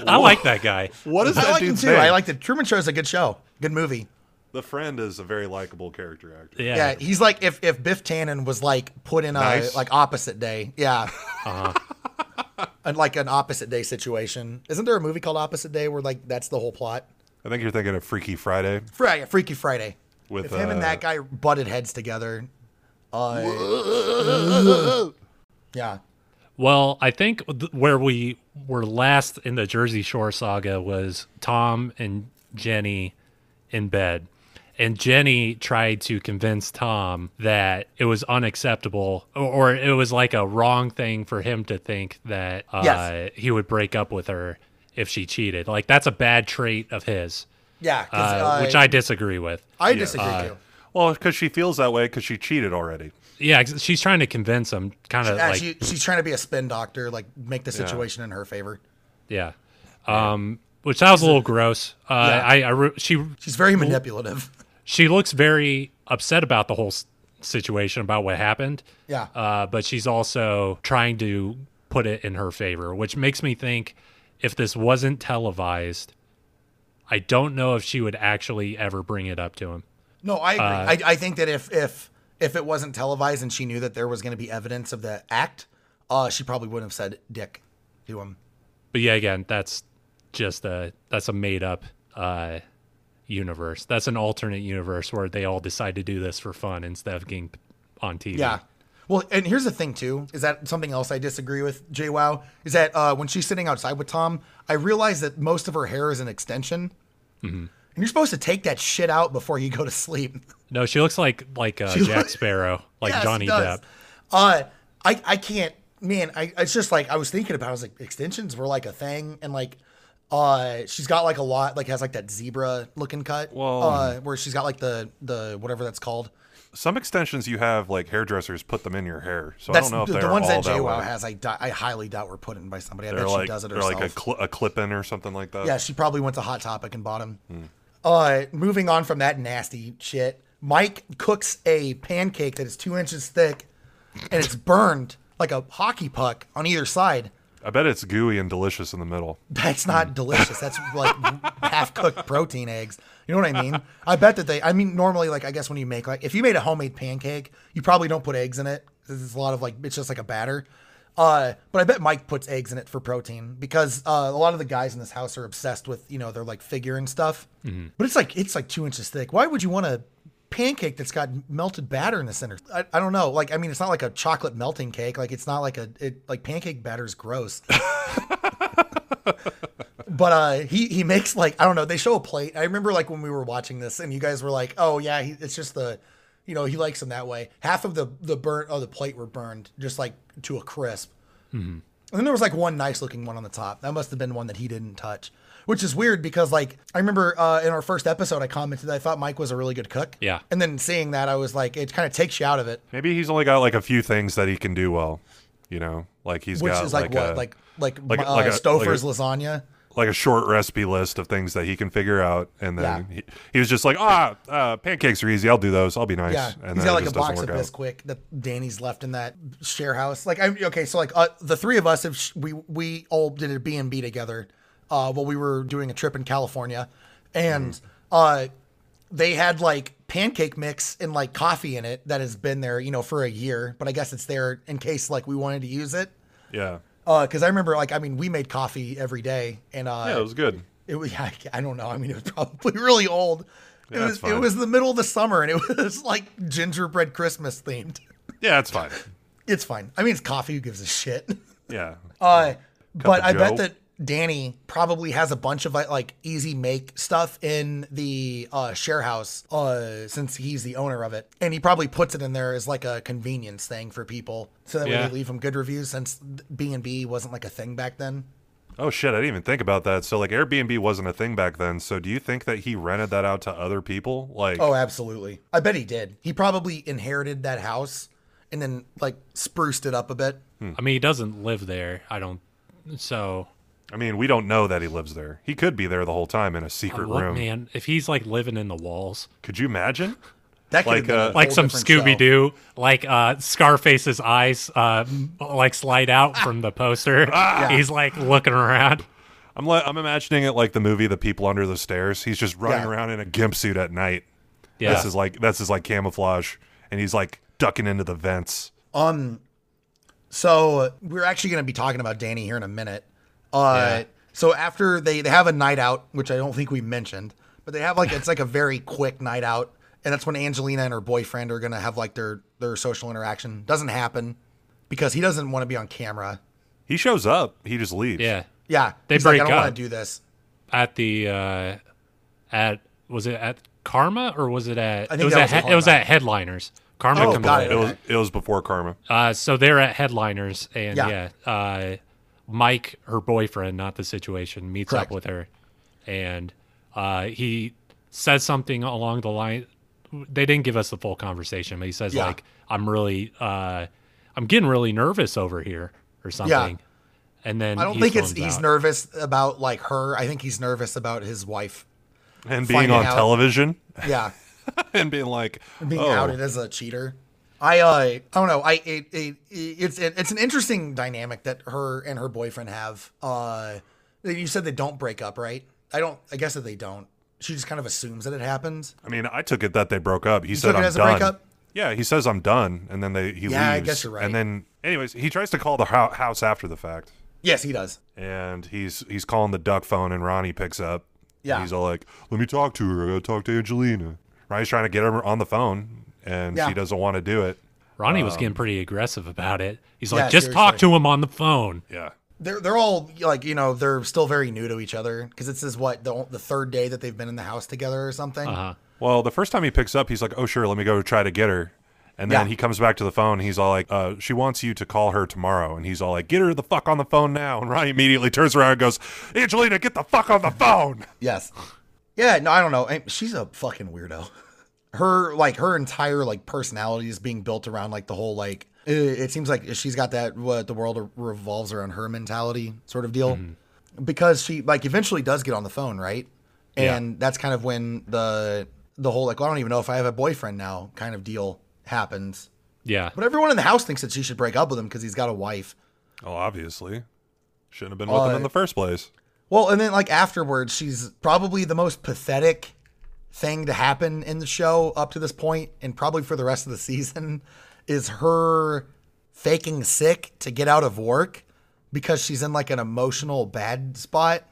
I like that guy.
What is that
I like him
dude's
too.
name?
I like the Truman Show is a good show, good movie.
the friend is a very likable character actor.
Yeah.
Yeah, he's like if if Biff Tannen was like put in a
Nice.
like opposite day. Yeah. and like an opposite day situation. Isn't there a movie called Opposite Day where like that's the whole plot?
I think you're thinking of Freaky Friday
Friday, Freaky Friday.
with
If him and
uh,
that guy butted heads together. Uh, yeah.
Well, I think th- where we were last in the Jersey Shore saga was Tom and Jenny in bed. And Jenny tried to convince Tom that it was unacceptable or, or it was like a wrong thing for him to think that uh,
Yes.
he would break up with her if she cheated. Like, that's a bad trait of his,
Yeah. 'cause,
uh, which I disagree with.
I disagree too.
Well, because she feels that way because she cheated already.
Yeah, 'cause she's trying to convince him, kind of
Yeah,
uh, like
she, she's trying to be a spin doctor, like make the situation in her favor.
Yeah. Um, which that was a little gross. Uh, I, I re- she
She's very manipulative.
she looks very upset about the whole s- situation about what happened.
Yeah.
Uh, but she's also trying to put it in her favor, which makes me think if this wasn't televised, I don't know if she would actually ever bring it up to him.
No, I agree. I, I think that if if if it wasn't televised and she knew that there was going to be evidence of the act, uh, she probably wouldn't have said "dick" to him.
But yeah, again, that's just a that's a made up uh, universe. That's an alternate universe where they all decide to do this for fun instead of getting p- on TV.
Yeah. Well, and here's the thing too: is that something else I disagree with JWoww is that uh, when she's sitting outside with Tom, I realize that most of her hair is an extension, and you're supposed to take that shit out before you go to sleep.
No, she looks like like uh, Jack
looks-
Sparrow, like
Yes, it
Johnny
does.
Depp.
Uh, I I can't, man. I it's just like I was thinking about. it, I was like, extensions were like a thing, and like, uh, she's got like a lot, like has like that zebra looking cut,
Well-
uh, where she's got like the the whatever that's called.
Some extensions you have, like hairdressers, put them in your hair. So
That's
I don't know if
the,
they're
the ones
all
that JWoww
way.
has. I di- I highly doubt were put in by somebody. I
They're
bet
like
she does it
they're
herself.
like a, cl- a clip in or something like that.
yeah, she probably went to Hot Topic and bought them. Uh, moving on from that nasty shit, Mike cooks a pancake that is two inches thick, and it's burned like a hockey puck on either side.
I bet it's gooey and delicious in the middle.
That's not delicious. That's like half cooked protein eggs. You know what I mean? I bet that they, I mean, normally, like, I guess when you make, like, if you made a homemade pancake, you probably don't put eggs in it. 'cause It's a lot of, like, it's just like a batter. Uh, but I bet Mike puts eggs in it for protein because uh, a lot of the guys in this house are obsessed with, you know, their like figure and stuff. But it's like, it's like two inches thick. Why would you want a pancake that's got melted batter in the center? I, I don't know. Like, I mean, it's not like a chocolate melting cake. Like, it's not like a, it, like, pancake batter's gross. But uh, he he makes like I don't know. They show a plate. I remember like when we were watching this, and you guys were like, "Oh yeah, he, it's just the, you know, he likes them that way." Half of the the burnt of the plate were burned, just like to a crisp.
Mm-hmm.
And then there was like one nice looking one on the top. That must have been one that he didn't touch, which is weird because like I remember uh, in our first episode, I commented that I thought Mike was a really good cook.
Yeah.
And then seeing that, I was like, it kind of takes you out of it,
Maybe he's only got like a few things that he can do well. You know, like he's
which
got
is like, what
a,
like like
like-
uh,
like a- like
Stouffer's
a-
lasagna.
like a short recipe list of things that he can figure out, and then he, he was just like, ah, uh, pancakes are easy. I'll do those. I'll be nice.
Yeah,
and
he's
then it
got like a
just
box
doesn't
of
work out.
Bisquick that Danny's left in that share house. Like, I'm okay. So like, uh, the three of us, if sh- we we all did a B and B together, uh, while we were doing a trip in California,
Mm.
and uh, they had like pancake mix and like coffee in it that has been there, you know, for a year. But I guess it's there in case like we wanted to use it.
Yeah,
Uh, because I remember like I mean we made coffee every day, and uh,
yeah, it was good.
it was I, I don't know. I mean, it was probably really old. It
Yeah,
was
it's
it
fine.
was the middle of the summer and it was like gingerbread Christmas themed.
Yeah, it's fine.
It's fine. I mean, it's coffee. Who gives a shit?
Yeah,
Uh, but
of
I bet
Joe.
that Danny probably has a bunch of like, like easy make stuff in the uh, share house uh, since he's the owner of it, and he probably puts it in there as like a convenience thing for people, so that
Yeah.
way they leave him good reviews since B and B wasn't like a thing back then.
Oh shit, I didn't even think about that. So like Airbnb wasn't a thing back then. So do you think that he rented that out to other people? Like
Oh, absolutely. I bet he did. He probably inherited that house and then like spruced it up a bit.
I mean, he doesn't live there. I don't. So,
I mean, we don't know that he lives there. He could be there the whole time in a secret
what
room.
man? If he's like living in the walls,
Could you imagine?
That could
Like,
have been a
uh,
whole
Like
like some
different show.
Scooby Doo, like uh, Scarface's
Ah!
eyes, uh, m- like slide out from the poster. He's like looking around.
I'm like I'm imagining it like the movie The People Under the Stairs. He's just running
Yeah.
around in a gimp suit at night.
Yeah.
This is like that's his like camouflage, and he's like ducking into the vents.
So uh, we're actually going to be talking about Danny here in a minute. Uh, So after they they have a night out, which I don't think we mentioned, but they have like it's like a very quick night out, and that's when Angelina and her boyfriend are going to have like their their social interaction. Doesn't happen because he doesn't want to be on camera.
He shows up. He just leaves.
Yeah.
Yeah,
They
he's like,
break
I don't want
up.
to do this.
At the uh at was it at Karma or was it at
think
it was
that
at
was
he- it
Karma.
was at Headliners. Karma
Oh,
comes
got
out.
it.
It was it was before Karma.
Uh, so they're at headliners, and
Yeah.
yeah, uh, Mike, her boyfriend, not the situation, meets
Correct.
up with her, and uh, he says something along the line. They didn't give us the full conversation, but he says
Yeah.
like, "I'm really, uh, I'm getting really nervous over here," or something. And then
I don't
he
think it's
storms
he's
out.
nervous about like her. I think he's nervous about his wife.
And being
Finding
on
out.
television
Yeah.
and being like,
being
oh,
outed as a cheater. I uh, I don't know. I it, it, it's it, it's an interesting dynamic that her and her boyfriend have. Uh, you said they don't break up, right? I don't. I guess that they don't. She just kind of assumes that it happens.
I mean, I took it that they broke up. He said
took it
I'm
as a
done.
breakup?
Yeah, he says I'm done, and then they he
Yeah, I
leaves.
guess you're right.
And then, anyways, he tries to call the hou- house after the fact,
Yes, he does.
and he's he's calling the duck phone, and Ronnie picks up.
Yeah.
he's all like, "Let me talk to her. I gotta talk to Angelina." Ronnie's trying to get her on the phone, and
Yeah.
she doesn't want to do it.
Ronnie
Um,
was getting pretty aggressive about it. He's like,
Yeah,
"Just talk
seriously.
to him on the phone."
Yeah,
They're they're all like you know they're still very new to each other because this is what the the third day that they've been in the house together or something.
Uh,
Well, the first time he picks up, he's like, "Oh, sure, let me go try to get her." And then
Yeah.
he comes back to the phone. He's all like, uh, "She wants you to call her tomorrow." And he's all like, "Get her the fuck on the phone now!" And Ronnie immediately turns around and goes, "Angelina, get the fuck on the phone!"
Yes. Yeah, no, I don't know. And She's a fucking weirdo. Her like her entire like personality is being built around like the whole like eh, it seems like she's got that what the world revolves around her mentality sort of deal. Because she like eventually does get on the phone, right? And that's kind of when the the whole like I don't even know if I have a boyfriend now kind of deal happens.
yeah,
But everyone in the house thinks that she should break up with him because he's got a wife.
Oh, obviously, shouldn't have been with him in the first place.
Well, and then like afterwards, she's probably the most pathetic thing to happen in the show up to this point, and probably for the rest of the season, is her faking sick to get out of work because she's in like an emotional bad spot.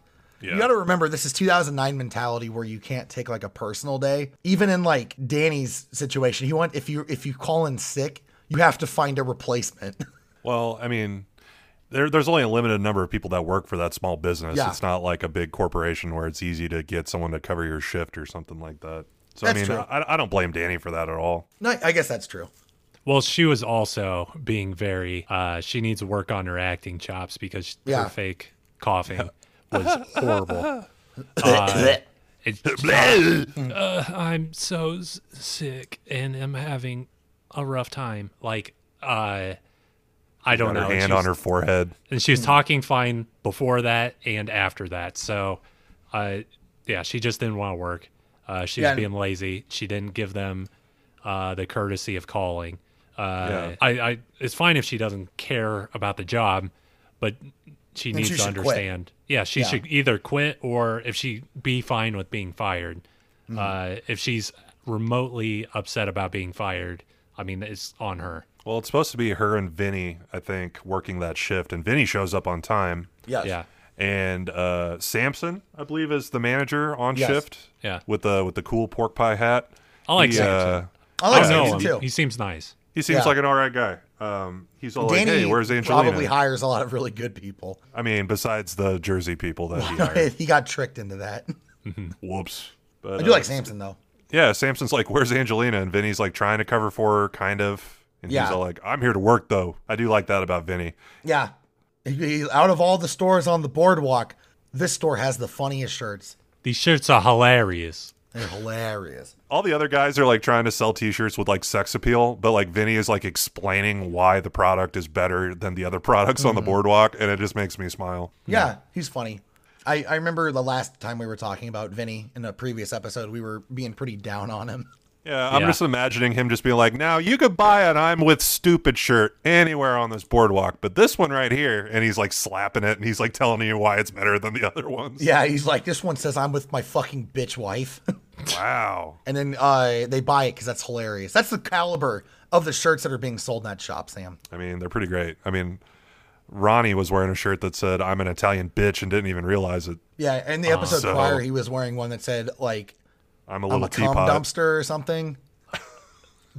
Yeah,
You got to remember this is 2009 mentality where you can't take like a personal day. Even in like Danny's situation, he want if you if you call in sick, you have to find a replacement.
well, I mean, there, there's only a limited number of people that work for that small business.
Yeah.
It's not like a big corporation where it's easy to get someone to cover your shift or something like that. So
That's
I mean,
true.
I, I don't blame Danny for that at all.
no, I guess that's true.
Well, she was also being very. Uh, she needs to work on her acting chops because
Yeah.
her fake coughing was horrible. It's just, uh, I'm so s- sick and I'm having a rough time. Like, uh, I
Got
don't know.
her
And
hand
she
on
was-
her forehead.
and
Hmm.
she was talking fine before that and after that. So, uh, yeah, she just didn't want to work. Uh, she
Yeah,
was
and-
being lazy. She didn't give them uh, the courtesy of calling. Uh,
Yeah.
I, I, it's fine if she doesn't care about the job, but she needs
she
to
should quit.
understand. Yeah, she should either quit or if she be fine with being fired.
Hmm.
Uh, if she's remotely upset about being fired, I mean, it's on her.
Well, it's supposed to be her and Vinny, I think, working that shift, and Vinny shows up on time.
Yes.
Yeah.
And uh, Samson, I believe, is the manager on
Yes.
shift.
Yeah.
With the with the cool pork pie hat.
I like
he,
Samson.
Uh,
I like
I know
season
him.
two.
He seems nice.
he seems
Yeah.
like an all right guy. Um, he's all
Danny
like, "Hey, where's Angelina?"
probably hires a lot of really good people.
I mean, besides the Jersey people that he hired.
he got tricked into that.
Whoops. But, uh,
I do like Samson though.
Yeah, Samson's like, "Where's Angelina?" And Vinny's like trying to cover for her, kind of. And
Yeah.
he's all like, "I'm here to work, though." I do like that about Vinny.
Yeah. He, he- out of all the stores on the boardwalk, this store has the funniest shirts.
These shirts are hilarious.
They're hilarious.
all the other guys are like trying to sell t-shirts with like sex appeal but like vinny is like explaining why the product is better than the other products
Mm-hmm.
on the boardwalk and it just makes me smile
Yeah, he's funny. I, I remember the last time we were talking about Vinny in a previous episode, we were being pretty down on him.
Yeah, I'm
Yeah.
just imagining him just being like, "Now you could buy an I'm with stupid shirt anywhere on this boardwalk, but this one right here," and he's like slapping it, and he's like telling you why it's better than the other ones.
Yeah, he's like, this one says I'm with my fucking bitch wife,
Wow.
and then uh, they buy it because that's hilarious. That's the caliber of the shirts that are being sold in that shop, Sam.
I mean, they're pretty great. I mean, Ronnie was wearing a shirt that said "I'm an Italian bitch" and didn't even realize it.
Yeah, and the episode
so-
prior, he was wearing one that said like
I'm a
I'm
little
a cum
teapot.
dumpster or something.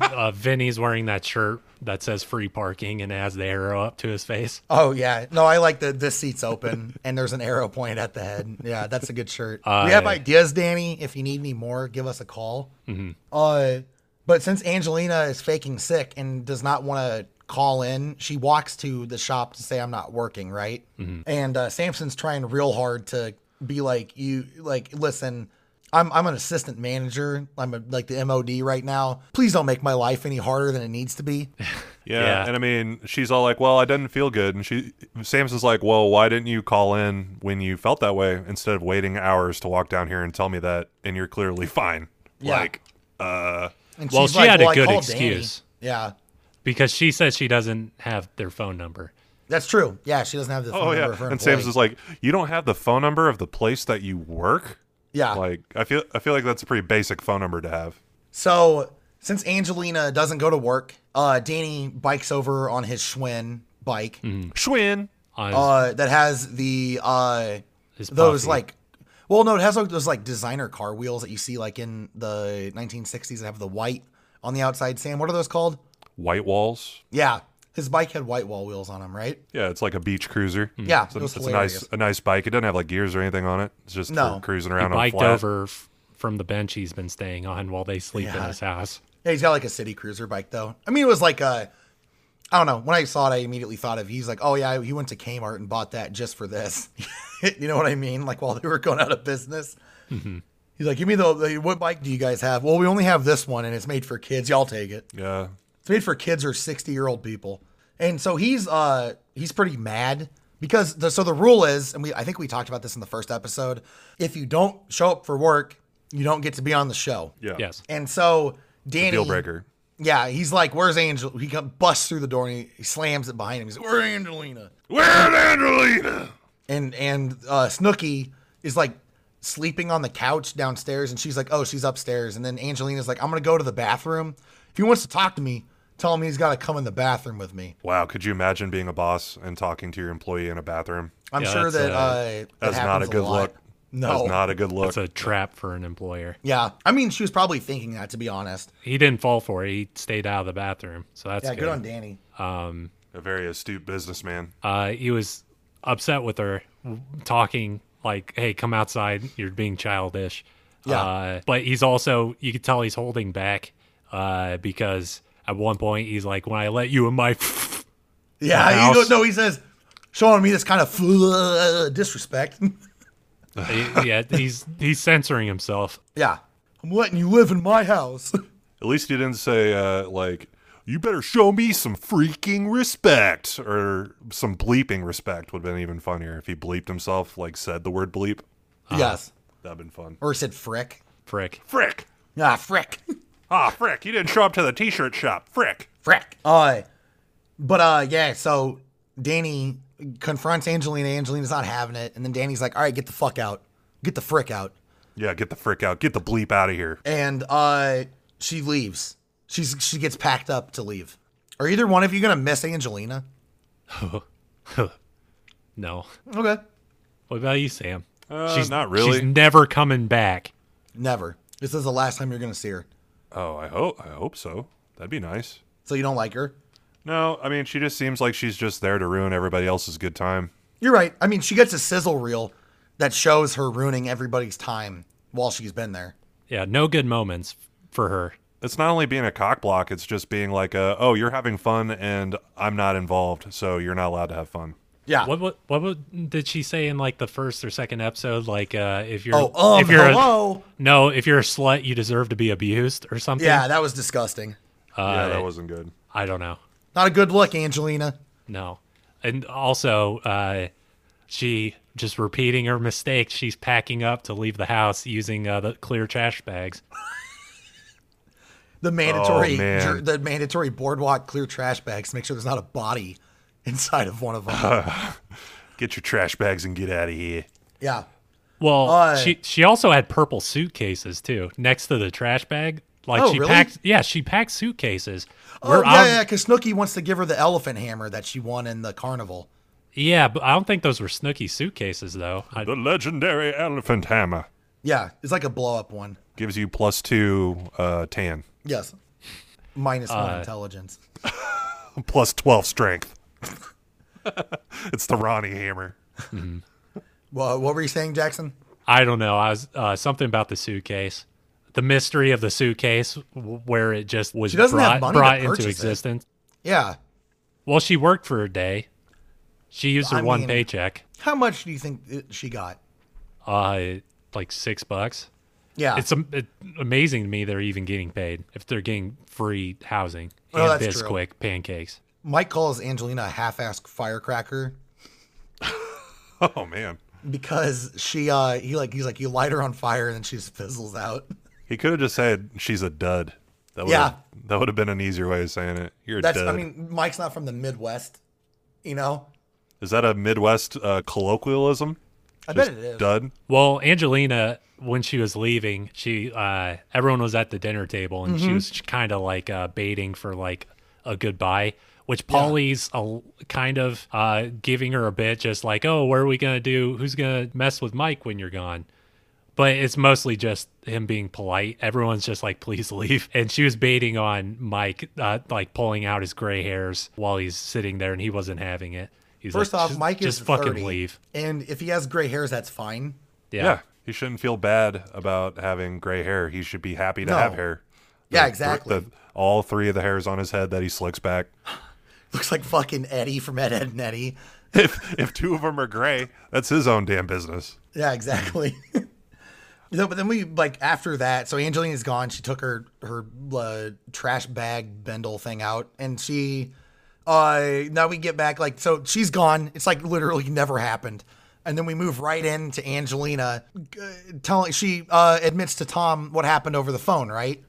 Uh, Vinny's wearing that shirt that says free parking and has the arrow up to his face.
Oh yeah, no, I like the this seat's open and there's an arrow pointed at the head. Yeah, that's a good shirt. we have ideas, Danny. If you need any more, give us a call.
Mm-hmm.
Uh, but since Angelina is faking sick and does not want to call in, she walks to the shop to say, "I'm not working." Right,
Mm-hmm.
and uh, Samson's trying real hard to be like, "You like listen." I'm, I'm an assistant manager. I'm a, like the MOD right now. Please don't make my life any harder than it needs to be.
Yeah,
Yeah.
and I mean, she's all like, "Well, I didn't feel good," and she Samson's like, "Well, why didn't you call in when you felt that way instead of waiting hours to walk down here and tell me that?" And you're clearly fine.
Yeah.
Like, uh,
And
Well,
she's
she
like,
had a
I
good
called Danny."
excuse.
Yeah.
because she says she doesn't have their phone number.
That's true. Yeah, she doesn't have the phone
oh
number
yeah.
of her
And
employee.
Samson's like, "You don't have the phone number of the place that you work."
yeah.
Like, I feel I feel like that's a pretty basic phone number to have.
so since Angelina doesn't go to work, uh, Danny bikes over on his Schwinn bike
Mm-hmm. Schwinn.
On his,
uh, that has the uh,
his
those
puffy.
like, well, no, it has like, those like designer car wheels that you see like in the 1960s that have the white on the outside. Sam, what are those called?
White walls.
Yeah, his bike had white wall wheels on them, right?
Yeah, it's like a beach cruiser. Mm-hmm.
Yeah,
It's,
it
a,
was
it's a
hilarious.
nice a nice bike. It doesn't have like gears or anything on it. It's just
No.
for cruising
he
around on
biked
flat.
over f- from the bench he's been staying on while they sleep in
Yeah.
his house.
Yeah, he's got like a city cruiser bike though. I mean, it was like a, I don't know. When I saw it, I immediately thought of he's like, oh yeah, he went to Kmart and bought that just for this. you know what I mean? Like while they were going out of business,
Mm-hmm.
he's like, give me the, the what bike do you guys have? Well, we only have this one, and it's made for kids. Y'all take it.
Yeah.
It's made for kids or 60 year old people. And so he's uh he's pretty mad because the, so the rule is, and we I think we talked about this in the first episode, if you don't show up for work, you don't get to be on the show.
Yeah.
Yes.
And so Danny
Deal breaker.
Yeah, he's like, "Where's Angel?" He come- busts through the door and he, he slams it behind him. He's like, "Where's Angelina?"
Where's Angelina?
And and uh, Snooky is like sleeping on the couch downstairs, and she's like, "Oh, she's upstairs." And then Angelina's like, "I'm gonna go to the bathroom. If he wants to talk to me, tell him he's got to come in the bathroom with me."
Wow, could you imagine being a boss and talking to your employee in a bathroom?
I'm
Yeah,
sure
that's,
that
uh,
uh, that
That's not a
happens
good
lot.
look.
No,
That's not a good look.
It's a trap for an employer.
yeah. I mean, she was probably thinking that, to be honest.
He didn't fall for it. He stayed out of the bathroom. So that's
Yeah,
good.
good on Danny.
a very astute businessman.
uh, he was upset with her w- talking like, "Hey, come outside. You're being childish."
Yeah.
Uh, but he's also you could tell he's holding back uh, because at one point he's like, "When I let you in my,"
Yeah, he
house.
goes, no, he says, showing me this kind of uh, disrespect.
yeah, he's he's censoring himself.
yeah, I'm letting you live in my house.
At least he didn't say uh, like, "You better show me some freaking respect," or some bleeping respect would have been even funnier if he bleeped himself, like said the word bleep.
Yes,
That'd been fun.
or he said frick.
Frick.
Frick!
Ah, frick,
Ah, frick! You didn't show up to the t-shirt shop. Frick!
frick. Uh, but uh, yeah. So Danny confronts Angelina. Angelina's not having it, and then Danny's like, "All right, get the fuck out, get the frick out,"
Yeah, get the frick out. Get the bleep out of here.
and uh, she leaves. She's she gets packed up to leave. Are either one of you gonna miss Angelina?
No.
Okay,
What about you, Sam?
Uh, not really.
She's never coming back.
never. This is the last time you're gonna see her.
Oh, I hope. I hope so. That'd be nice.
So you don't like her?
No, I mean, she just seems like she's just there to ruin everybody else's good time.
You're right. I mean, she gets a sizzle reel that shows her ruining everybody's time while she's been there.
Yeah, no good moments for her.
it's not only being a cock block, it's just being like, uh, oh, you're having fun and I'm not involved, so you're not allowed to have fun.
Yeah.
What what what would, did she say in like the first or second episode? Like, uh, if you're
Oh, um,
if you're
hello.
A, no, if you're a slut, you deserve to be abused or something.
Yeah, that was disgusting.
yeah, that wasn't good.
I don't know.
Not a good look, Angelina.
No, and also, uh, she just repeating her mistakes. She's packing up to leave the house using uh, the clear trash bags.
the mandatory
man.
jer- the mandatory boardwalk clear trash bags to make sure there's not a body inside of one of them.
Get your trash bags and get out of here.
yeah.
Well,
Uh,
she she also had purple suitcases too next to the trash bag. Like
Oh,
she
really?
packed, yeah, she packed suitcases.
Oh,
We're um,
yeah,
out-
yeah, because Snooky wants to give her the elephant hammer that she won in the carnival.
yeah, but I don't think those were Snooky suitcases though. I,
The legendary elephant hammer
Yeah, it's like a blow up one.
gives you plus two uh, tan,
Yes. Minus one intelligence.
plus 12 strength. it's the Ronnie hammer.
Well, what were you saying, Jackson?
I don't know. I was uh, something about the suitcase, the mystery of the suitcase, w- where it just was
She doesn't
brought,
have money to
brought into
purchase it.
existence.
Yeah.
Well, she worked for a day. She used her
I
one
mean-
paycheck,
How much do you think it- she got?
uh, like six bucks.
Yeah.
It's, am- it, amazing to me they're even getting paid if they're getting free housing
Oh,
and
that's true.
Bisquick pancakes.
Mike calls Angelina a half assed firecracker
Oh, man.
because she uh he like he's like you light her on fire and then she just fizzles out.
He could have just said, she's a dud. That would
Yeah.
That would have been an easier way of saying it. You're a
That's
dud.
I mean, Mike's not from the Midwest, you know?
Is that a Midwest uh, colloquialism?
I bet it is.
Dud.
Well, Angelina, when she was leaving, she uh, everyone was at the dinner table, and
Mm-hmm.
she was kind of like uh, baiting for like a goodbye. Which Polly's a, kind of uh, giving her a bit, just like, "Oh, what are we gonna do? Who's gonna mess with Mike when you're gone?" But it's mostly just him being polite. Everyone's just like, "Please leave," and she was baiting on Mike, uh, like pulling out his gray hairs while he's sitting there, and he wasn't having it. He's
First
like,
off,
"Just-
Mike is
just fucking
30,
leave.
And if he has gray hairs, that's fine.
Yeah. He shouldn't feel bad about having gray hair. He should be happy to
No.
have hair.
Yeah,
The-
exactly.
the- all three of the hairs on his head that he slicks back.
Looks like fucking Eddie from Ed, Ed and Eddie.
If if two of them are gray, that's his own damn business.
Yeah, exactly. no, but then we like after that. So Angelina's gone. She took her her uh, trash bag bendel thing out, and she. Uh, now we get back like so she's gone. It's like literally never happened. And then we move right into Angelina uh, telling she uh, admits to Tom what happened over the phone, right?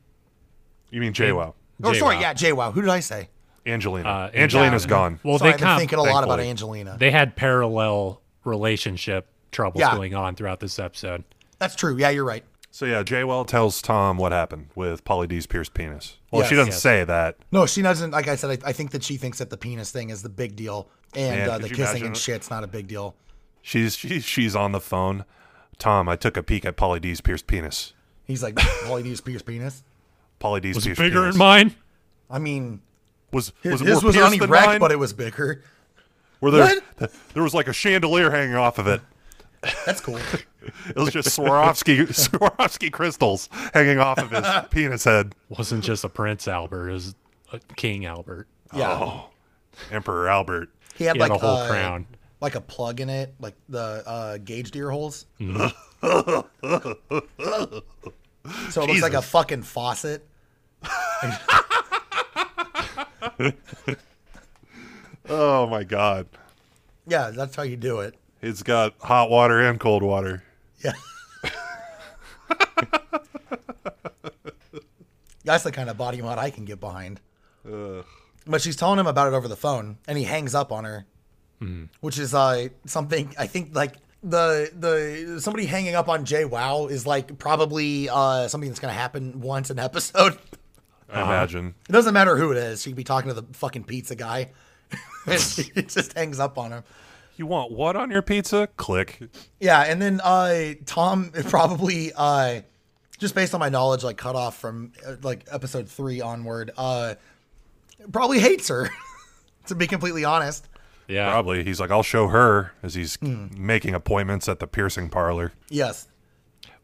You mean JWoww?
Oh, sorry,
JWoww.
yeah, JWoww. Who did I say?
Angelina.
Uh,
Angelina's
yeah.
gone.
Well,
Sorry,
they
I've been
kind of
thinking a lot about
thankfully.
Angelina.
they had parallel relationship troubles
Yeah.
going on throughout this episode.
That's true. Yeah, you're right.
So yeah, JWoww tells Tom what happened with Polly D's pierced penis. Well,
Yes.
she doesn't
Yes.
say that.
No, she doesn't. Like I said, I, I think that she thinks that the penis thing is the big deal, and
Man,
uh,
could
the
you
kissing
imagine
and
it?
shit's not a big deal.
She's she's she's on the phone. Tom, I took a peek at Polly D's pierced penis.
He's like, Paulie D's pierced penis.
Polly D's
Was it
pierced
bigger
penis
than mine?
I mean,
was was
his was,
it more
his was
pierced
on
than
erect,
mine?
but it was bigger.
Where there,
What?
th- there was like a chandelier hanging off of it.
That's cool.
It was just Swarovski Swarovski crystals hanging off of his penis head.
Wasn't just a Prince Albert, it was a King Albert.
Yeah,
Oh. Emperor Albert.
he had
He
like
had a whole
uh,
crown.
like a plug in it, like the uh, gauge deer holes.
Mm-hmm.
so it looks like a
Jesus.
fucking faucet.
Oh my God!
Yeah, that's how you do it.
It's got hot water and cold water.
Yeah. That's the kind of body mod I can get behind. But she's telling him about it over the phone, and he hangs up on her, which is uh, something I think like the the somebody hanging up on Jay Wow is like probably uh, something that's gonna happen once an episode.
I
Uh-huh.
imagine.
It doesn't matter who it is. She could be talking to the fucking pizza guy. and she just hangs up on him.
You want what on your pizza? Click.
Yeah, and then uh, Tom probably uh, just based on my knowledge, like cut off from uh, like episode three onward, uh, probably hates her. to be completely honest,
Yeah.
Probably. He's like, I'll show her as he's
Hmm.
making appointments at the piercing parlor.
yes,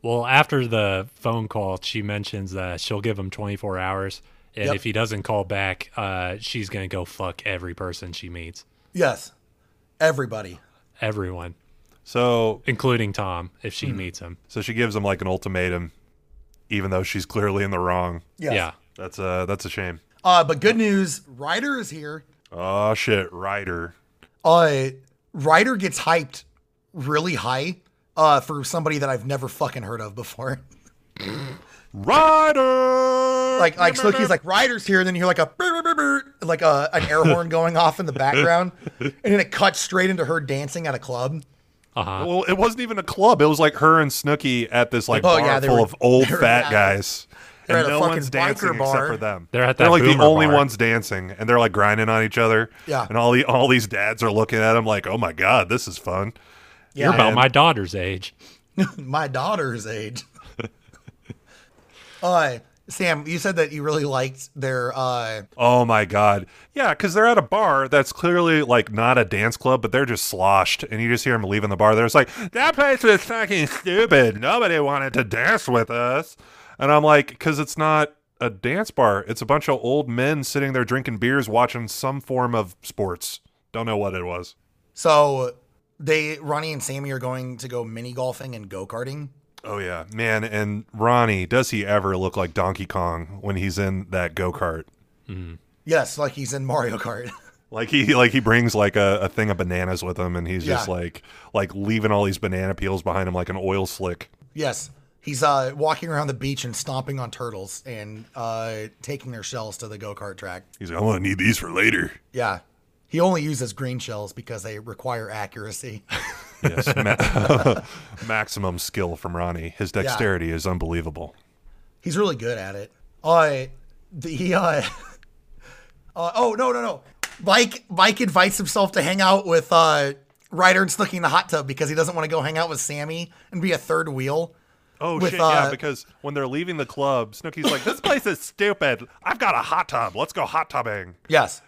Well, after the phone call, she mentions that she'll give him 24 hours. And
Yep.
if he doesn't call back, uh, she's going to go fuck every person she meets.
yes, everybody.
Everyone,
So,
including Tom, if
Mm-hmm.
she meets him.
so she gives him like an ultimatum, even though she's clearly in the wrong.
Yes.
Yeah.
That's a that's a shame.
Uh, but good news, Ryder is here.
Oh shit, Ryder.
Uh, Ryder gets hyped really high. Uh, for somebody that I've never fucking heard of before.
Ryder.
like like Slicky's like riders here, and then you hear like a brr, brr, brr, brr, like a an air horn going off in the background, and then it cuts straight into her dancing at a club.
Uh-huh.
Well, it wasn't even a club. It was like her and Snooky at this like
Oh,
bar
yeah, they
full
were-
of old
they were
fat
at-
guys.
they're
and
at a
no
fucking
one's
biker
dancing
bar.
except for them.
They're at that
like the
boomer
only
bar.
ones dancing, and they're like grinding on each other.
Yeah.
and all the all these dads are looking at them like, "Oh my god, this is fun."
You're about
And-
my daughter's age.
my daughter's age. uh, Sam, you said that you really liked their uh,
Oh my god, yeah, because they're at a bar that's clearly like not a dance club, but they're just sloshed, and you just hear them leaving the bar. They're just like, "That place was fucking stupid. Nobody wanted to dance with us." And I'm like, because it's not a dance bar; it's a bunch of old men sitting there drinking beers, watching some form of sports. Don't know what it was.
so they Ronnie and Sammy are going to go mini golfing and go karting.
Oh yeah, man. And Ronnie, does he ever look like Donkey Kong when he's in that go kart?
Yes, like he's in Mario Kart.
Like he like he brings like a, a thing of bananas with him, and he's just
Yeah.
like like leaving all these banana peels behind him like an oil slick.
yes, he's uh, walking around the beach and stomping on turtles and uh, taking their shells to the go kart track.
He's like, I'm gonna need these for later.
Yeah. He only uses green shells because they require accuracy.
Yes, ma- maximum skill from Ronnie. His dexterity is unbelievable.
He's really good at it. Uh, the, he, uh, uh, oh, no, no, no. Mike, Mike invites himself to hang out with uh, Ryder and Snooki in the hot tub because he doesn't want to go hang out with Sammy and be a third wheel.
Oh
With,
shit! Yeah,
uh,
because when they're leaving the club, Snooky's like, "This place is stupid. I've got a hot tub. Let's go hot tubbing."
Yes.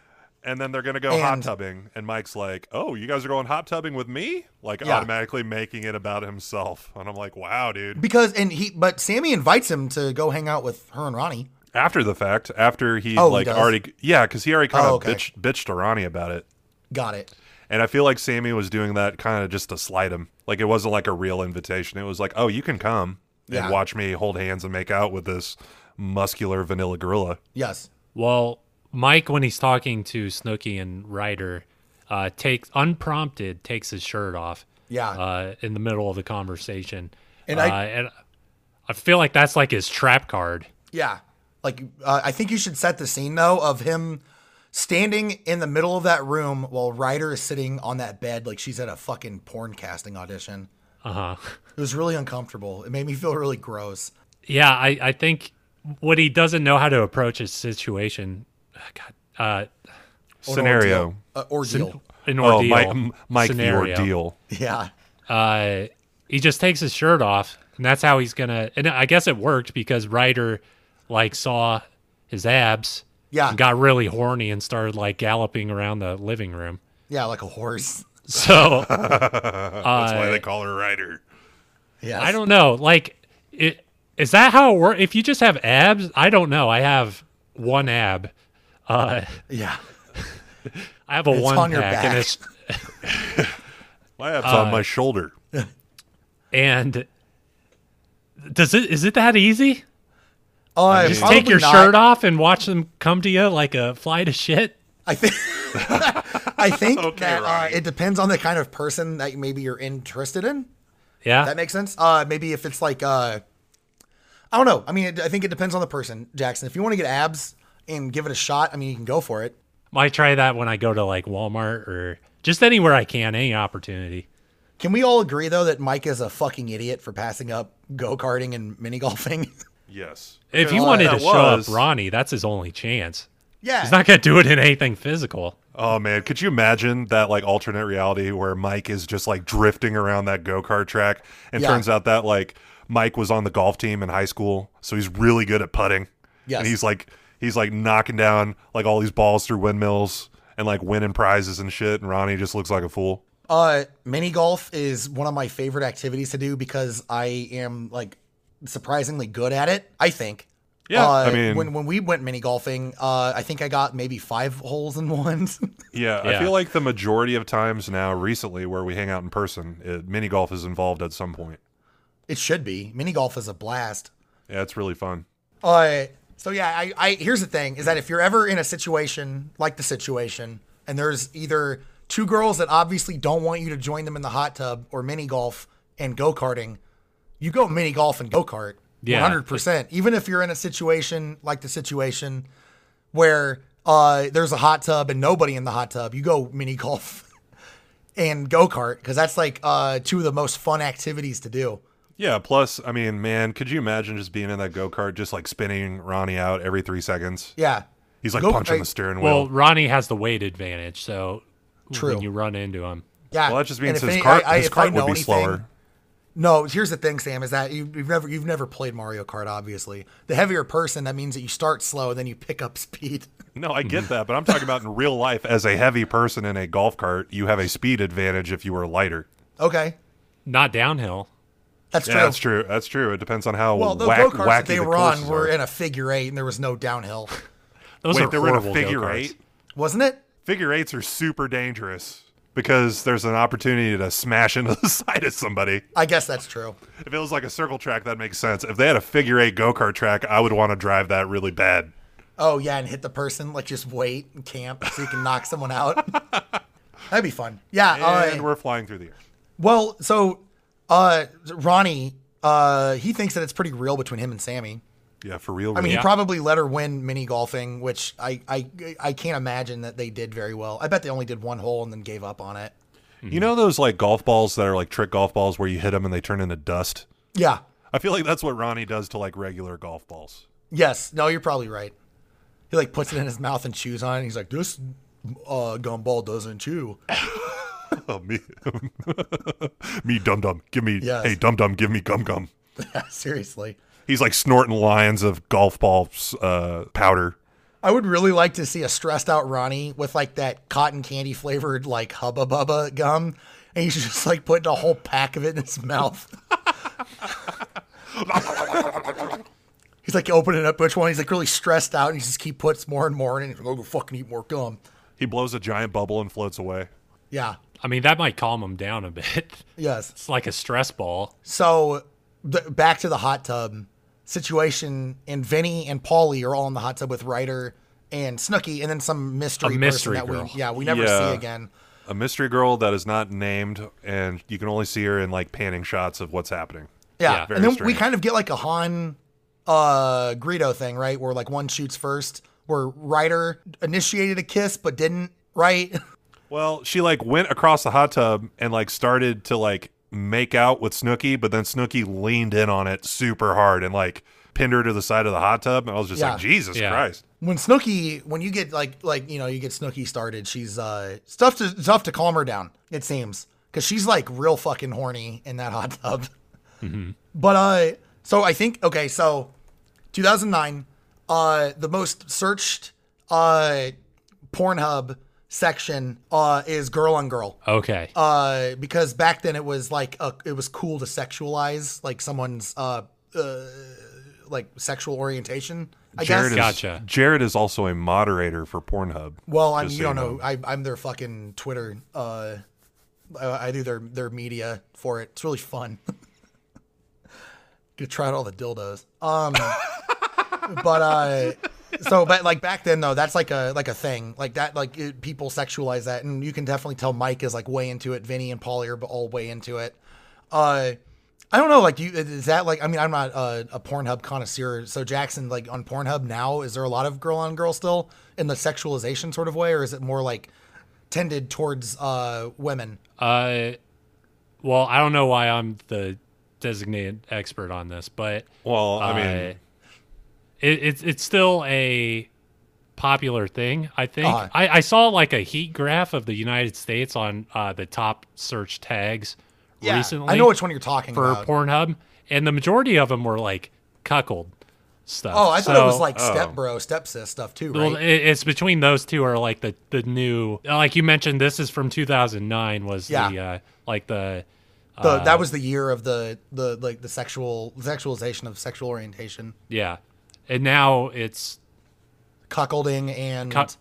And then they're gonna go hot
And-
tubbing, and Mike's like, "Oh, you guys are going hot tubbing with me?" Like
Yeah.
automatically making it about himself, and I'm like, "Wow, dude!"
Because, and he, but Sammy invites him to go hang out with her and Ronnie.
After the fact, after he
Oh, he
like
does?
already, yeah, because he already kind of
Oh, okay.
bitched, bitched to Ronnie about it,
Got it.
and I feel like Sammy was doing that kind of just to slight him. Like it wasn't like a real invitation. It was like, "Oh, you can come
Yeah.
and watch me hold hands and make out with this muscular vanilla gorilla."
Yes.
Well, Mike, when he's talking to Snooky and Ryder, uh, takes unprompted takes his shirt off.
Yeah.
Ah.
Uh, in the middle of the conversation,
And
uh,
I-
and I feel like that's like his trap card.
Yeah. Like, uh, I think you should set the scene, though, of him standing in the middle of that room while Ryder is sitting on that bed like she's at a fucking porn casting audition.
Uh huh.
It was really uncomfortable. It made me feel really gross.
Yeah, I, I think what he doesn't know how to approach his situation. God, uh,
Scenario.
Uh, ordeal.
an
Oh,
ordeal.
Mike, M- Mike the
scenario.
ordeal.
yeah.
uh, he just takes his shirt off, and that's how he's gonna. And I guess it worked because Ryder like saw his abs,
Yeah.
and got really horny and started like galloping around the living room.
Yeah, like a horse.
So
That's why they call her Ryder.
Yeah.
I don't know, like, it, is that how it works? If you just have abs, I don't know. I have one ab. Uh,
Yeah.
I have a one
on
pack,
your
and
back.
it's
My app's on
Uh,
my shoulder.
and does it is it that easy?
Uh,
Just
probably
take your
not.
shirt off and watch them come to you like a fly to shit.
I think. I think that uh,
Ronnie.
it depends on the kind of person that maybe you're interested in.
Yeah,
That makes sense. Uh, maybe if it's like uh, I don't know. I mean, it, I think it depends on the person, Jackson. If you want to get abs and give it a shot, I mean, you can go for it.
might try that when I go to like Walmart or just anywhere I can, any opportunity.
Can we all agree though that Mike is a fucking idiot for passing up go karting and mini golfing?
Yes.
If he
Because
wanted
that
to show up
was-
Ronnie, that's his only chance.
yeah,
He's not gonna do it in anything physical.
Oh man, could you imagine that like alternate reality where Mike is just like drifting around that go-kart track and
Yeah.
turns out that like Mike was on the golf team in high school, so he's really good at putting.
Yes.
And he's like he's like knocking down like all these balls through windmills and like winning prizes and shit and Ronnie just looks like a fool.
Uh, mini golf is one of my favorite activities to do because I am like surprisingly good at it. I think.
Yeah,
Uh,
I mean-
when when we went mini golfing, uh, I think I got maybe five holes in one.
Yeah,
Yeah.
I feel like the majority of times now recently where we hang out in person, it, mini golf is involved at some point.
it should be mini golf is a blast.
Yeah, it's really fun.
Uh, so yeah, I, I here's the thing is that if you're ever in a situation like the situation, and there's either two girls that obviously don't want you to join them in the hot tub or mini golf and go karting, you go mini golf and go kart.
Yeah.
100%. Even if you're in a situation like the situation where uh, there's a hot tub and nobody in the hot tub, you go mini golf and go kart because that's like uh, two of the most fun activities to do.
Yeah, plus, I mean, man, could you imagine just being in that go kart, just like spinning Ronnie out every three seconds?
Yeah.
He's like
Go-
punching
I-
the steering
Well,
wheel.
Ronnie has the weight advantage, so
True.
when you run into him,
Yeah.
Well, that just means
And if
his
any-
cart,
I- I-
his
if I
cart would
know
be
anything-
slower.
No, here's the thing, Sam, is that you, you've never you've never played Mario Kart. Obviously, the heavier person, that means that you start slow and then you pick up speed.
No, I get that, but I'm talking about in real life as a heavy person in a golf cart, you have a speed advantage if you were lighter.
okay,
not downhill.
that's
Yeah,
true.
that's true. That's true. It depends on how
Well, the
whack,
go karts
wacky
that they
the
were on
courses
were
are.
in a figure eight, and there was no downhill,
Those
Wait,
are
they were in
horrible
a figure
go-karts.
eight.
wasn't it?
Figure eights are super dangerous because there's an opportunity to smash into the side of somebody.
I guess that's true.
If it was like a circle track, that makes sense. If they had a figure eight go kart track, I would want to drive that really bad.
Oh yeah, and hit the person. Like just wait and camp so you can knock someone out. That'd be fun. Yeah.
And
uh,
we're flying through the air.
well, so uh, Ronnie, uh, he thinks that it's pretty real between him and Sammy.
Yeah, for real.
I mean,
Yeah.
he probably let her win mini golfing, which I, I I can't imagine that they did very well. I bet they only did one hole and then gave up on it.
you know those like golf balls that are like trick golf balls where you hit them and they turn into dust.
Yeah.
I feel like that's what Ronnie does to like regular golf balls.
Yes. No, you're probably right. He like puts it in his mouth and chews on it. And he's like, this uh, gumball doesn't chew.
Oh, me, me dum dum, give me
Yes.
hey dum dum, give me gum gum.
Seriously.
He's like snorting lines of golf ball uh, powder.
I would really like to see a stressed out Ronnie with like that cotton candy flavored like hubba bubba gum. And he's just like putting a whole pack of it in his mouth. he's like opening up which one. He's like really stressed out and he just keep puts more and more in and he's like, oh, go fucking eat more gum.
He blows a giant bubble and floats away.
Yeah.
I mean, that might calm him down a bit.
Yes.
It's like a stress ball.
So th- back to the hot tub situation, and Vinny and Paulie are all in the hot tub with Ryder and Snooky, and then some mystery,
A mystery
person
girl.
that we yeah we never
Yeah.
see again.
A mystery girl that is not named, and you can only see her in like panning shots of what's happening.
Yeah,
Yeah,
and
very
then we
strange.
kind of get like a Han uh Greedo thing, right? Where like one shoots first, where Ryder initiated a kiss but didn't, right?
Well, she like went across the hot tub and like started to like make out with Snooky, but then Snooky leaned in on it super hard and like pinned her to the side of the hot tub. And I was just
Yeah.
like, Jesus
Yeah.
Christ.
when Snooky, when you get like like you know you get Snooky started, she's uh stuff to stuff to calm her down. It seems because she's like real fucking horny in that hot tub.
Mm-hmm.
But uh, so I think okay, so 2009, uh, the most searched uh Pornhub section uh is girl on girl
Okay.
uh because back then it was like a, it was cool to sexualize like someone's uh, uh like sexual orientation. I
Jared
guess
is,
Gotcha.
Jared is also a moderator for Pornhub.
Well, I'm
Just
you
so
don't
you
know. I, I'm their fucking Twitter. Uh, I, I do their their media for it. It's really fun. Gonna try out all the dildos. Um, but uh, so but like back then though, that's like a like a thing like that. Like it, people sexualize that, and you can definitely tell Mike is like way into it. Vinny and Paulie are all way into it. Uh. I don't know, like, do you, is that like? I mean, I'm not a, a Pornhub connoisseur, so Jackson, like, on Pornhub now, is there a lot of girl on girl still in the sexualization sort of way, or is it more like tended towards uh, women?
Uh, well, I don't know why I'm the designated expert on this, but
Well, I mean,
uh, it, it's it's still a popular thing. I think
Uh-huh.
I, I saw like a heat graph of the United States on uh, the top search tags recently.
I know which one you're talking
for
about.
Pornhub, and the majority of them were like cuckold stuff.
oh, I thought it was
So-
like step bro, step sis stuff too, right?
well, it, it's between those two are like the the new like you mentioned. This is from 2009. Was the
Yeah.
uh, like the
The- that was the year of the the like the sexual sexualization of sexual orientation,
yeah, and now it's
cuckolding and
cut.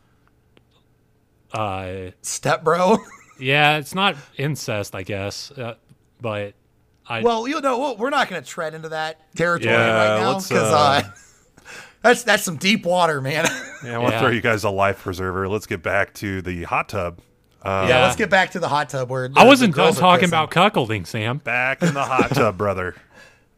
Uh,
step bro.
yeah, it's not incest, I guess, uh, but I
well, you know, well, we're not going to tread into that territory
Yeah,
right now
let's,
because
uh,
uh, that's that's some deep water, man.
yeah, I want to
yeah.
throw you guys a life preserver. Let's get back to the hot tub. Uh,
yeah, let's get back to the hot tub where
I wasn't done
girls are
talking
kissing.
about cuckolding, Sam.
Back in the hot tub, brother.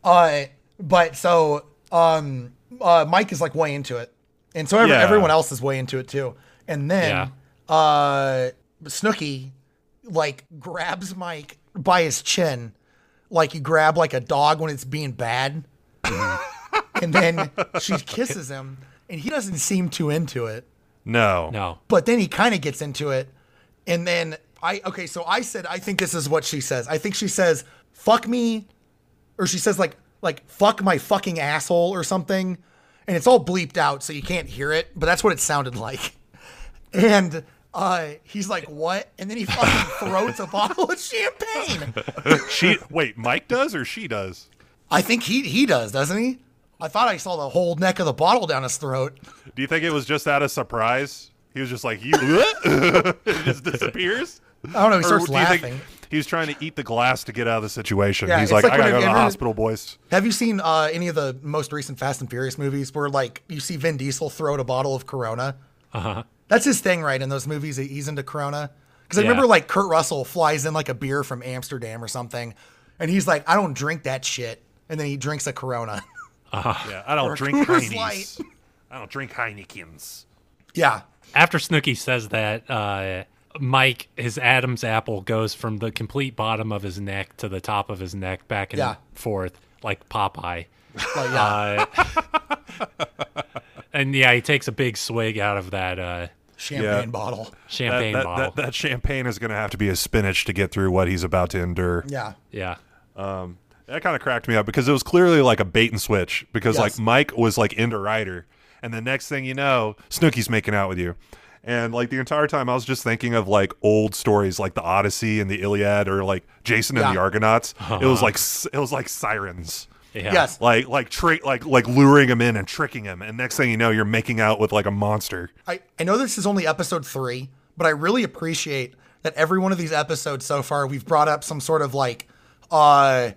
Uh, But so um, uh, Mike is like way into it, and so ev-
Yeah.
everyone else is way into it too. And then uh, Snooky like grabs Mike by his chin, like you grab like a dog when it's being bad,
Mm-hmm.
and then she kisses him, and he doesn't seem too into it
No.
No.
but then he kind of gets into it and then i okay so i said i think this is what she says i think she says fuck me or she says like like fuck my fucking asshole or something and it's all bleeped out so you can't hear it but that's what it sounded like and uh he's like what and then he fucking throws a bottle of champagne
She wait, Mike does or she does?
i think he he does doesn't he i thought i saw the whole neck of the bottle down his throat
Do you think it was just out of surprise? He was just like you it just disappears?
i don't know he
Or
starts
do you think
laughing
he was trying to eat the glass to get out of the situation.
Yeah,
He's
it's
like,
like
I
when
gotta go
have
to
you
the
ever-
hospital, boys.
Have you seen uh, any of the most recent Fast and Furious movies where like you see Vin Diesel throw out a bottle of Corona?
Uh huh.
That's his thing, right? In those movies, he- he's into Corona. Because I
Yeah.
remember like Kurt Russell flies in like a beer from Amsterdam or something, and he's like, "I don't drink that shit," and then he drinks a Corona.
Yeah, I don't drink
Coors
Heine's. I don't drink Heinekens.
yeah,
After Snooky says that, uh, Mike, his Adam's apple goes from the complete bottom of his neck to the top of his neck, back and
Yeah.
forth like Popeye.
Like, yeah.
Uh, and yeah, he takes a big swig out of that uh,
champagne
yeah.
bottle.
That,
champagne
that,
bottle.
that, that champagne is gonna have to be a spinach to get through what he's about to endure.
Yeah,
yeah.
That kind of cracked me up because it was clearly like a bait and switch because
Yes.
like Mike was like into Ryder, and the next thing you know, Snooky's making out with you. And like the entire time, I was just thinking of like old stories, like the Odyssey and the Iliad, or like Jason and
Yeah.
the Argonauts. It was like s- it was like sirens,
Uh-huh. Yeah.
yes,
like like tri- like like luring him in and tricking him, and next thing you know, you're making out with like a monster.
I, I know this is only episode three, but I really appreciate that every one of these episodes so far we've brought up some sort of like uh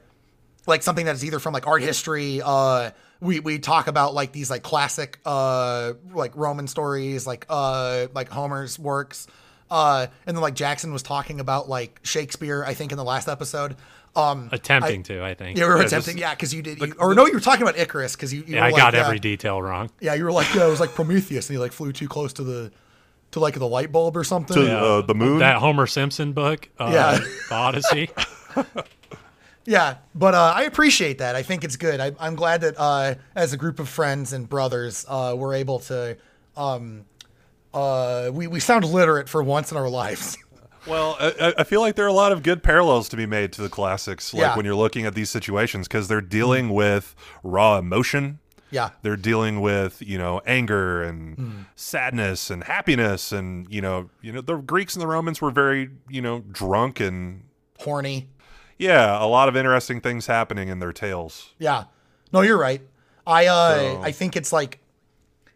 like something that is either from like art history, uh we, we talk about like these like classic uh like Roman stories, like uh like Homer's works. Uh and then like Jackson was talking about like Shakespeare, I think, in the last episode. Um
Attempting to, I think.
yeah, we were
just-
attempting, yeah, because you did, you, or no, you were talking about Icarus because you, you
Yeah,
were
I
like,
got
yeah.
every detail wrong.
Yeah, you were like, yeah, it was like Prometheus, and he like flew too close to the, to like the light bulb or something.
To uh, the moon.
That Homer Simpson book, uh,
Yeah.
the Odyssey.
Yeah, but uh, I appreciate that. I think it's good. I, I'm glad that uh, as a group of friends and brothers, uh, we're able to, um, uh, we we sound literate for once in our lives.
Well, I, I- I feel like there are a lot of good parallels to be made to the classics, like
Yeah.
when you're looking at these situations, because they're dealing with raw emotion.
yeah,
They're dealing with you know anger and
Hmm.
sadness and happiness, and you know you know the Greeks and the Romans were very you know drunk and
horny.
yeah, a lot of interesting things happening in their tales.
Yeah. No, you're right. I uh
So-
I think it's like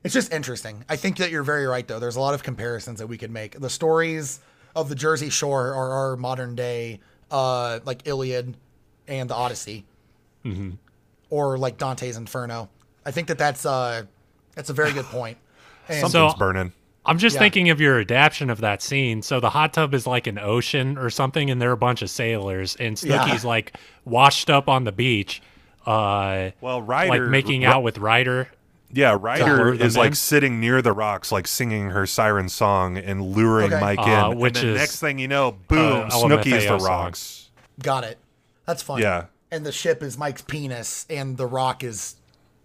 it's just interesting. I think that you're very right though. There's a lot of comparisons that we could make. The stories of the Jersey Shore are our modern day uh like Iliad and the Odyssey.
Mm-hmm.
Or like Dante's Inferno. I think that that's uh that's a very good point. And
Something's
So-
burning.
I'm just
Yeah.
thinking of your adaptation of that scene. So the hot tub is like an ocean or something, and there are a bunch of sailors, and
Yeah.
Snooky's like washed up on the beach, uh,
Well,
like
Ryder,
making
Ry-
out with Ryder.
Yeah, Ryder
lure them
is like
in.
sitting near the rocks, like singing her siren song and luring
Okay.
Mike
Uh,
in.
which
and then
is,
next thing you know, boom,
uh,
Snooky is the
LMFAO song.
rocks.
got it. That's fun.
Yeah.
And the ship is Mike's penis and the rock is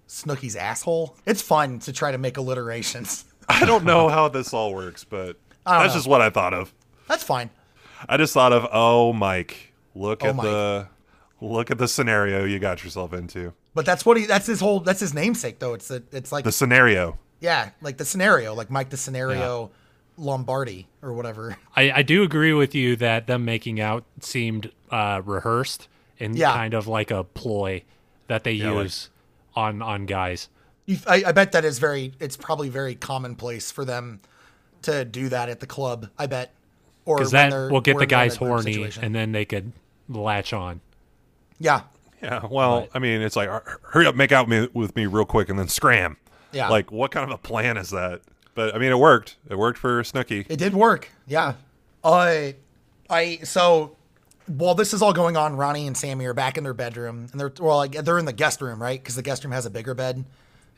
Snooky's asshole. It's fun to try to make alliterations.
I don't know how this all works, but
don't
that's
know.
just what I thought of.
That's fine.
I just thought of, oh, Mike, look
Oh,
at
Mike.
the look at the scenario you got yourself into.
But that's what he that's his whole that's his namesake though. It's a, it's like
The scenario.
yeah, like the scenario, like Mike the scenario Lombardi or whatever.
I, I do agree with you that them making out seemed uh, rehearsed and
Yeah.
kind of like a ploy that they
like-
use on on guys.
You, I, I bet that is very it's probably very commonplace for them to do that at the club. I bet. Or
Because
when
that
they're-
will get the
or when they're in
guys
a group
horny,
situation.
and then they could latch on.
yeah,
Yeah. Well, I mean, it's like, "Hur- hurry up, make out me, with me real quick, and then scram.
Yeah.
Like, what kind of a plan is that? But I mean, it worked. It worked for Snooky.
it did work. Yeah. Uh, I so while this is all going on, Ronnie and Sammy are back in their bedroom, and they're well, like, they're in the guest room, right? Because the guest room has a bigger bed,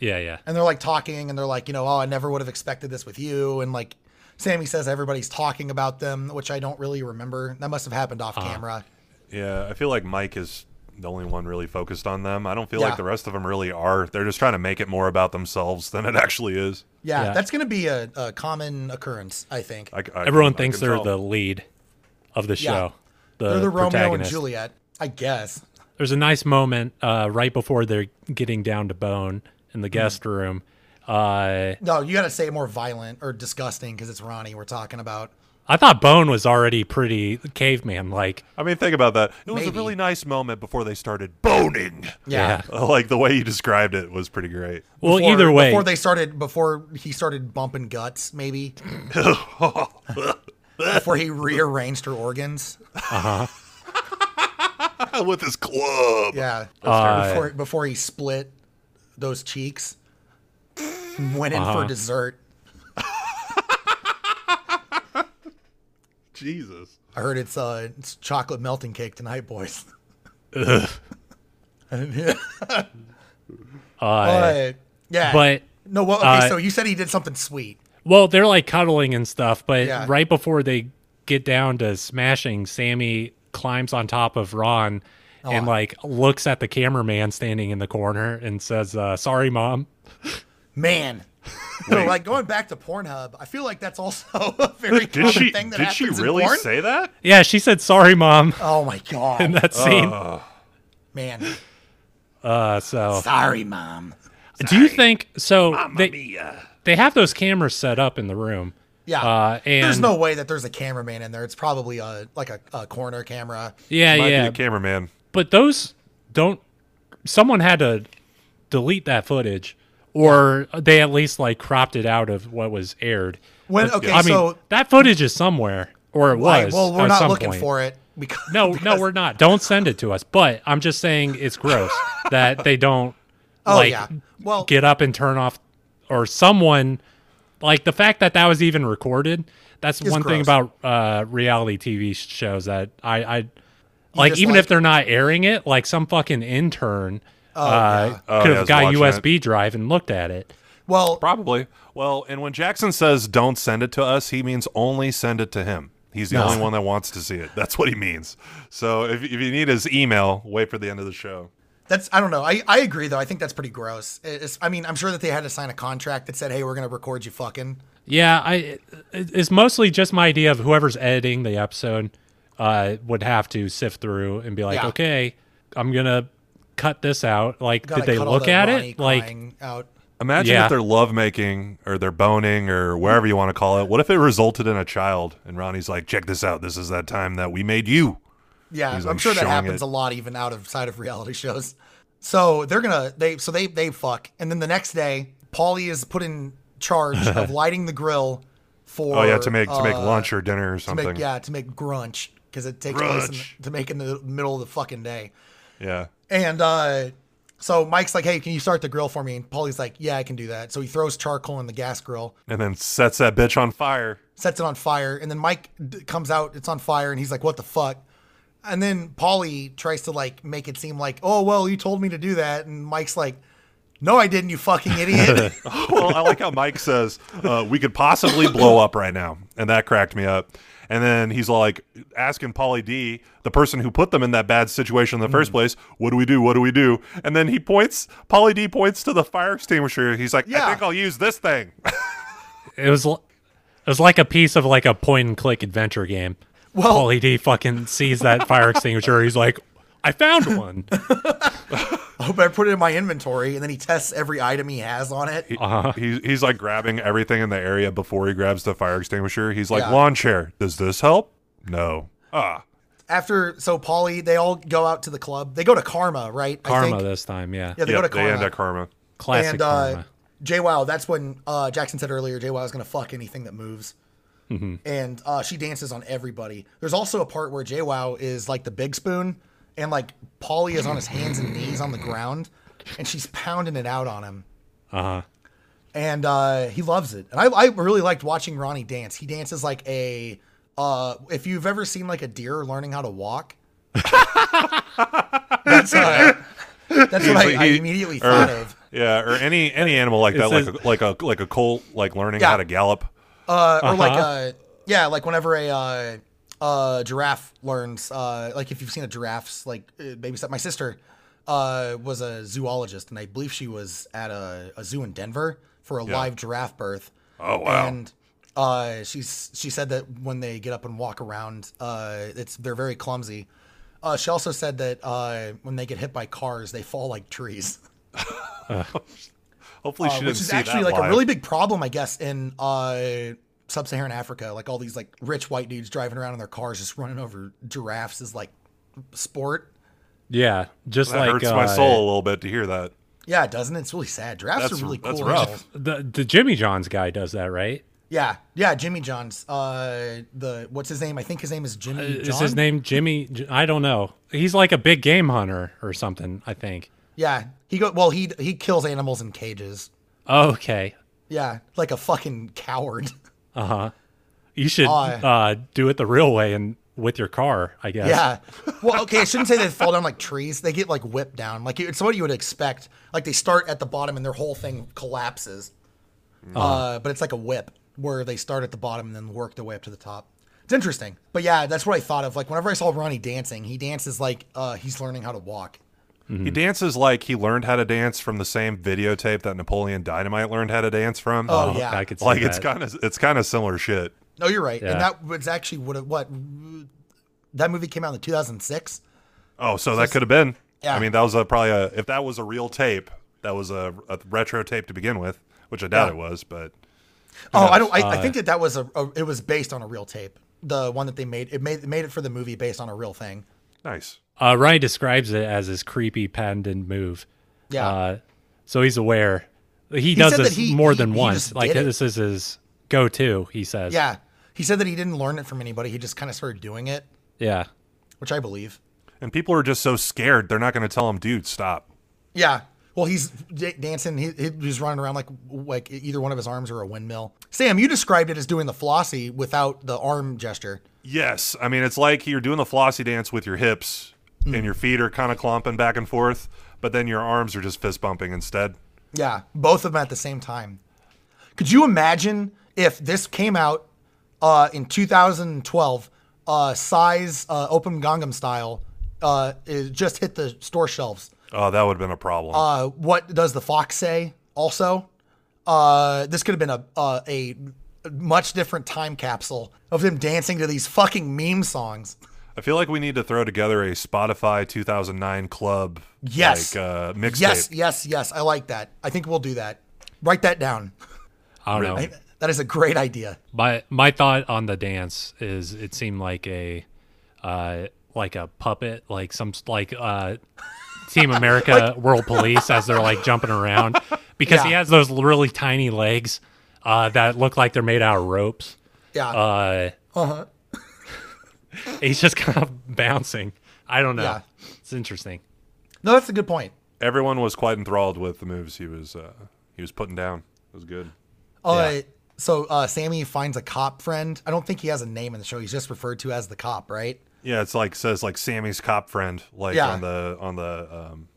Yeah, yeah.
and they're like talking, and they're like, you know, oh, I never would have expected this with you, and like, Sammy says everybody's talking about them, which I don't really remember. That must have happened off
Uh-huh.
camera.
Yeah, I feel like Mike is the only one really focused on them. I don't feel
Yeah.
like the rest of them really are. They're just trying to make it more about themselves than it actually is.
Yeah,
Yeah.
that's going to be a, a common occurrence, I think.
I c- I
Everyone
can- I
thinks
can
they're
tell.
the lead of the show. The
they're the Romeo and
protagonist.
Juliet, I guess.
There's a nice moment uh, right before they're getting down to bone in
Hmm.
the guest room. Uh,
No, you got to say it more violent or disgusting because it's Ronnie we're talking about.
I thought Bone was already pretty caveman like.
I mean, think about that. It was
Maybe.
a really nice moment before they started boning.
Yeah.
like the way you described it was pretty great.
Well,
Before-
either way,
before they started, before he started bumping guts, maybe before he rearranged her organs.
With his club.
Yeah,
Uh,
before before he split those cheeks, went in
Uh-huh.
for dessert.
Jesus.
I heard it's uh it's chocolate melting cake tonight, boys.
uh,
But yeah,
but
no. Well, okay.
uh,
so you said he did something sweet.
well, they're like cuddling and stuff. But
Yeah.
right before they get down to smashing, Sammy climbs on top of Ron and like looks at the cameraman standing in the corner and says, uh, "Sorry, mom."
Man. like going back to Pornhub, I feel like that's also a very common
Did she?
thing that
Did
happens
she
in
really
porn.
say that?
Yeah, she said, "Sorry, mom."
Oh my
In
god,
that scene.
man!
Uh, so,
Sorry, mom.
do you think so? They they have those cameras set up in the room.
Yeah,
Uh, and
there's no way that there's a cameraman in there. It's probably a like a, a corner camera.
Yeah,
Might
yeah.
be the cameraman.
but those don't someone had to delete that footage or they at least like cropped it out of what was aired
When
But,
okay,
i mean
so
that footage is somewhere or it was
Right, well, we're
at
not
some
looking
point.
for it because
no
because-
no we're not don't send it to us but i'm just saying it's gross that they don't
Oh
like
yeah, well,
get up and turn off or someone like the fact that that was even recorded that's one thing
gross.
about uh reality tv shows that i i like
just
even
like-
if they're not airing it like some fucking intern uh
Oh, yeah, I
could have
was
got
watching
usb drive and looked at it
well,
Probably. Well, and when Jackson says "Don't send it to us," he means only send it to him. He's the only one that wants to see it. That's what he means. So if, if you need his email, wait for the end of the show.
that's I don't know. I, I agree though. I think that's pretty gross. It's, I mean, I'm sure that they had to sign a contract that said, "Hey, we're gonna record you fucking."
yeah i it- it's mostly just my idea of whoever's editing the episode uh would have to sift through and be like
Yeah.
okay i'm gonna cut this out like
Gotta
did they
cut all
look
that
at
Ronnie
it like
crying out.
Imagine
Yeah.
if their lovemaking or their boning or wherever you want to call it. What if it resulted in a child? And Ronnie's like, "Check this out. This is that time that we made you."
Yeah,
He's,
I'm
like,
sure that
showing
happens
it.
a lot even out of side of reality shows. So they're gonna they so they they fuck, and then the next day, Paulie is put in charge of lighting the grill for
Oh yeah, to make to make
uh,
lunch or dinner or
to
something.
make, yeah to make grunch because it takes place in
Grunch.
the, to make in the middle of the fucking day.
yeah.
And uh, so Mike's like, "Hey, can you start the grill for me?" And Paulie's like, "Yeah, I can do that." So he throws charcoal in the gas grill,
And then sets that bitch on fire.
sets it on fire, and then Mike d- comes out. It's on fire, and he's like, "What the fuck?" And then Paulie tries to like make it seem like, "Oh well, you told me to do that," and Mike's like, "No, I didn't, you fucking idiot."
well, I like how Mike says uh, we could possibly blow up right now, and that cracked me up. And then he's like asking Polly D, the person who put them in that bad situation in the
Mm.
first place, "What do we do? What do we do?" And then he points. Polly D points to the fire extinguisher. He's like,
Yeah.
"I think I'll use this thing."
It was l- it was like a piece of like a point and click adventure game.
Well-
Paulie D fucking sees that fire extinguisher. He's like, I found one.
I hope I put it in my inventory, and then he tests every item he has on it.
He- he's like grabbing everything in the area before he grabs the fire extinguisher. He's like,
Yeah.
"Lawn chair. Does this help?" No. Ah,
After so Paulie, they all go out to the club. They go to Karma, right? I
Karma
think.
this time, yeah.
Yeah, they go to
Yep,
Karma.
they end at karma.
Classic
and uh,
karma.
Jay Wow, that's when uh, Jackson said earlier, Jay Wow is going to fuck anything that moves.
Mm-hmm.
And uh, she dances on everybody. There's also a part where Jay Wow is like the big spoon, and like Polly is on his hands and knees on the ground, and she's pounding it out on him.
Uh-huh.
And uh, he loves it. And I, I really liked watching Ronnie dance. He dances like a Uh, if you've ever seen like a deer learning how to walk, that's uh, that's what I, I
he-
immediately
or-
thought of.
Yeah, or any any animal like that,
says-
like a, like a like a colt, like learning
Yeah.
how to gallop.
Uh, or like
Uh-huh.
uh, yeah, like whenever a uh, uh, giraffe learns, uh, like if you've seen a giraffe's like uh, babysit. My sister uh, was a zoologist, and I believe she was at a, a zoo in Denver for a live giraffe birth.
Oh, wow.
And uh, she's she said that when they get up and walk around, uh, it's they're very clumsy. Uh, she also said that uh, when they get hit by cars, they fall like trees.
Hopefully, she
Uh,
didn't
which is
see
actually
that
like a
live.
really big problem, I guess, in uh, sub-Saharan Africa. Like all these like rich white dudes driving around in their cars, just running over giraffes is like sport.
Yeah, just
That
like
hurts my
uh,
soul a little bit to hear that.
Yeah, it doesn't it? It's really sad. Giraffes
That's-
are really cool.
that's rough.
animals.
The the Jimmy John's guy does that, right?
Yeah, yeah. Jimmy John's. Uh, the what's his name? I think his name is Jimmy.
Uh,
John?
Is his name Jimmy? J- I don't know. He's like a big game hunter or something. I think.
Yeah, he go. Well, he he kills animals in cages.
Oh, Okay.
Yeah, like a fucking coward.
You should
Aye.
uh, do it the real way and with your car, I guess.
Yeah. Well, okay, I shouldn't say they fall down like trees. They get like whipped down. Like it's what you would expect. Like they start at the bottom and their whole thing collapses.
Uh-huh.
Uh, but it's like a whip where they start at the bottom and then work their way up to the top. It's interesting. But yeah, that's what I thought of. Like whenever I saw Ronnie dancing, he dances like uh, he's learning how to walk. hmm.
He dances like he learned how to dance from the same videotape that Napoleon Dynamite learned how to dance from. Uh,
Oh,
Oh,
yeah.
I could see
like
that.
it's kind of it's kind of similar shit.
No, you're right.
Yeah.
And that was actually what it, what that movie came out in 2006.
Oh, so, that could have been.
yeah.
I mean, that was a, probably a if that was a real tape, that was a, a retro tape to begin with, which I doubt it was, but
Oh, I don't. I,
Uh,
I think that that was a, a. It was based on a real tape. The one that they made. It made made it for the movie based on a real thing.
nice.
Uh, Ryan describes it as his creepy patented move.
Yeah.
Uh, so he's aware. He, does
said
this
that he-
more
he-
than
he
once.
just
Like
did it.
this is his go-to. He says.
Yeah. He said that he didn't learn it from anybody. He just kind of started doing it,
Yeah.
which I believe.
And people are just so scared; they're not going to tell him, "Dude, stop."
Yeah. Well, he's d- dancing. He, he was running around like like e-, either one of his arms or a windmill. Sam, you described it as doing the flossy without the arm gesture.
Yes, I mean it's like you're doing the flossy dance with your hips,
Hmm.
and your feet are kind of clomping back and forth, but then your arms are just fist bumping instead.
Yeah, both of them at the same time. Could you imagine if this came out uh, in 2012, uh, size uh, Open Gangnam Style, uh, it just hit the store shelves?
Oh, that would have been a problem.
Uh, what does the fox say? Also, uh, this could have been a, uh, a much different time capsule of them dancing to these fucking meme songs.
I feel like we need to throw together a Spotify 2009 club
Yes.
like uh, mixtape.
Yes, yes, yes. I like that. I think we'll do that. Write that down.
I don't know.
That is a great idea.
my my thought on the dance is it seemed like a uh like a puppet like some like uh team america world police as they're like jumping around because he
Yeah.
has those really tiny legs uh that look like they're made out of ropes
Yeah.
uh uh-huh he's just kind of bouncing i don't know
Yeah.
it's interesting
no, that's a good point.
Everyone was quite enthralled with the moves he was uh, he was putting down. It was good.
Uh, So uh, Sammy finds a cop friend. I don't think he has a name in the show. He's just referred to as the cop, right?
Yeah, it's like says like Sammy's cop friend, like
Yeah.
on the on the um,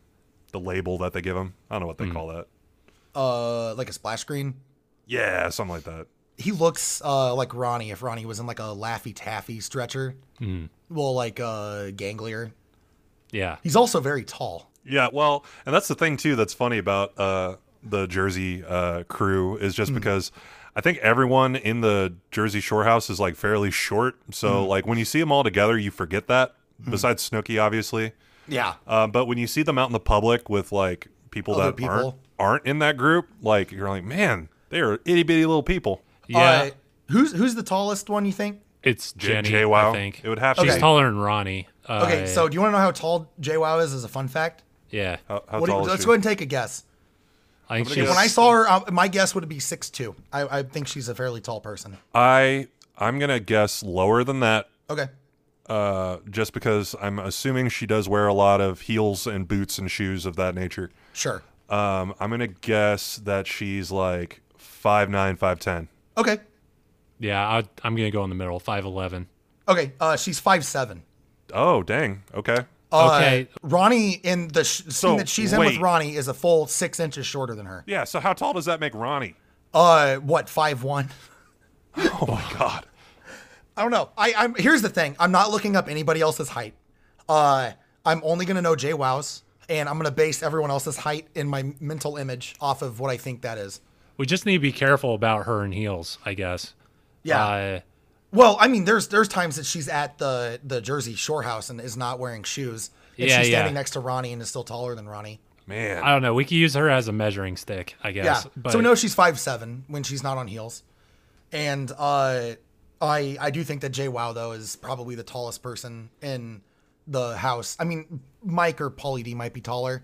the label that they give him. I don't know what they call that.
Uh, like a splash screen.
Yeah, something like that.
He looks uh, like Ronnie if Ronnie was in like a Laffy Taffy stretcher. Well, like uh, ganglier.
yeah
He's also very tall.
Yeah, well, and that's the thing too that's funny about uh, the Jersey uh, crew is
Hmm.
just because I think everyone in the Jersey Shore house is like fairly short.
Hmm.
So like when you see them all together, you forget that. Besides Snooky, obviously,
Yeah.
uh, but when you see them out in the public with like people
Other
that aren't
people.
aren't in that group, like you're like, man, they are itty bitty little people.
yeah
who's who's the tallest one you think?
it's
J-
jenny
JWoww.
i think
It would have to
she's
be.
taller than ronnie uh,
Okay, so do you want to know how tall JWoww is? As a fun fact,
yeah
How, how
What do you-
tall is
let's
she?
go ahead and take a guess.
i think
Oh, gonna
she's
guess-
When I saw her, uh, my guess would be six two. I, I think she's a fairly tall person.
I I'm gonna guess lower than that
Okay.
uh, just because I'm assuming she does wear a lot of heels and boots and shoes of that nature.
Sure.
Um, I'm gonna guess that she's like five nine, five ten.
Okay.
Yeah, I, I'm gonna go in the middle. Five eleven.
Okay, uh, she's five seven.
Oh, dang. Okay.
Uh,
Okay.
Ronnie in the sh-
So,
scene that she's in
wait.
with Ronnie is a full six inches shorter than her.
Yeah. So how tall does that make Ronnie?
Uh, what five one?
Oh my God.
I don't know. I, I'm here's the thing. I'm not looking up anybody else's height. Uh, I'm only gonna know Jay Wow's, and I'm gonna base everyone else's height in my mental image off of what I think that is.
We just need to be careful about her in heels, I guess. Uh,
well, I mean, there's there's times that she's at the the Jersey Shore house and is not wearing shoes. And
Yeah,
she's standing
yeah.
next to Ronnie and is still taller than Ronnie.
Man.
I don't know. We could use her as a measuring stick, I guess.
yeah.
But
So we know she's five seven when she's not on heels, and uh, I I do think that Jay Wow though is probably the tallest person in the house. I mean, Mike or Paulie D might be taller,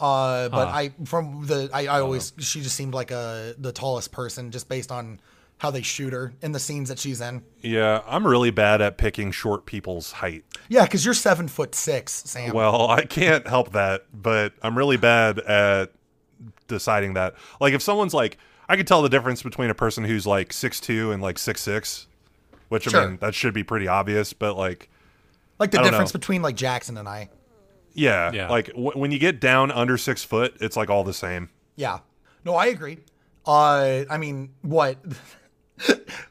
uh, but I from the I, I always she just seemed like a the tallest person just based on how they shoot her in the scenes that she's in.
yeah. I'm really bad at picking short people's height.
Yeah, because you're seven foot six, Sam.
Well, I can't help that, but I'm really bad at deciding that. Like, if someone's like, I could tell the difference between a person who's like 6'2 and like 6'6, which I
Sure.
mean, that should be pretty obvious, but like,
like the
I don't
difference
know.
between like Jackson and I.
yeah,
Yeah.
like w- when you get down under six foot, it's like all the same.
Yeah. No, I agree. Uh, I mean, what?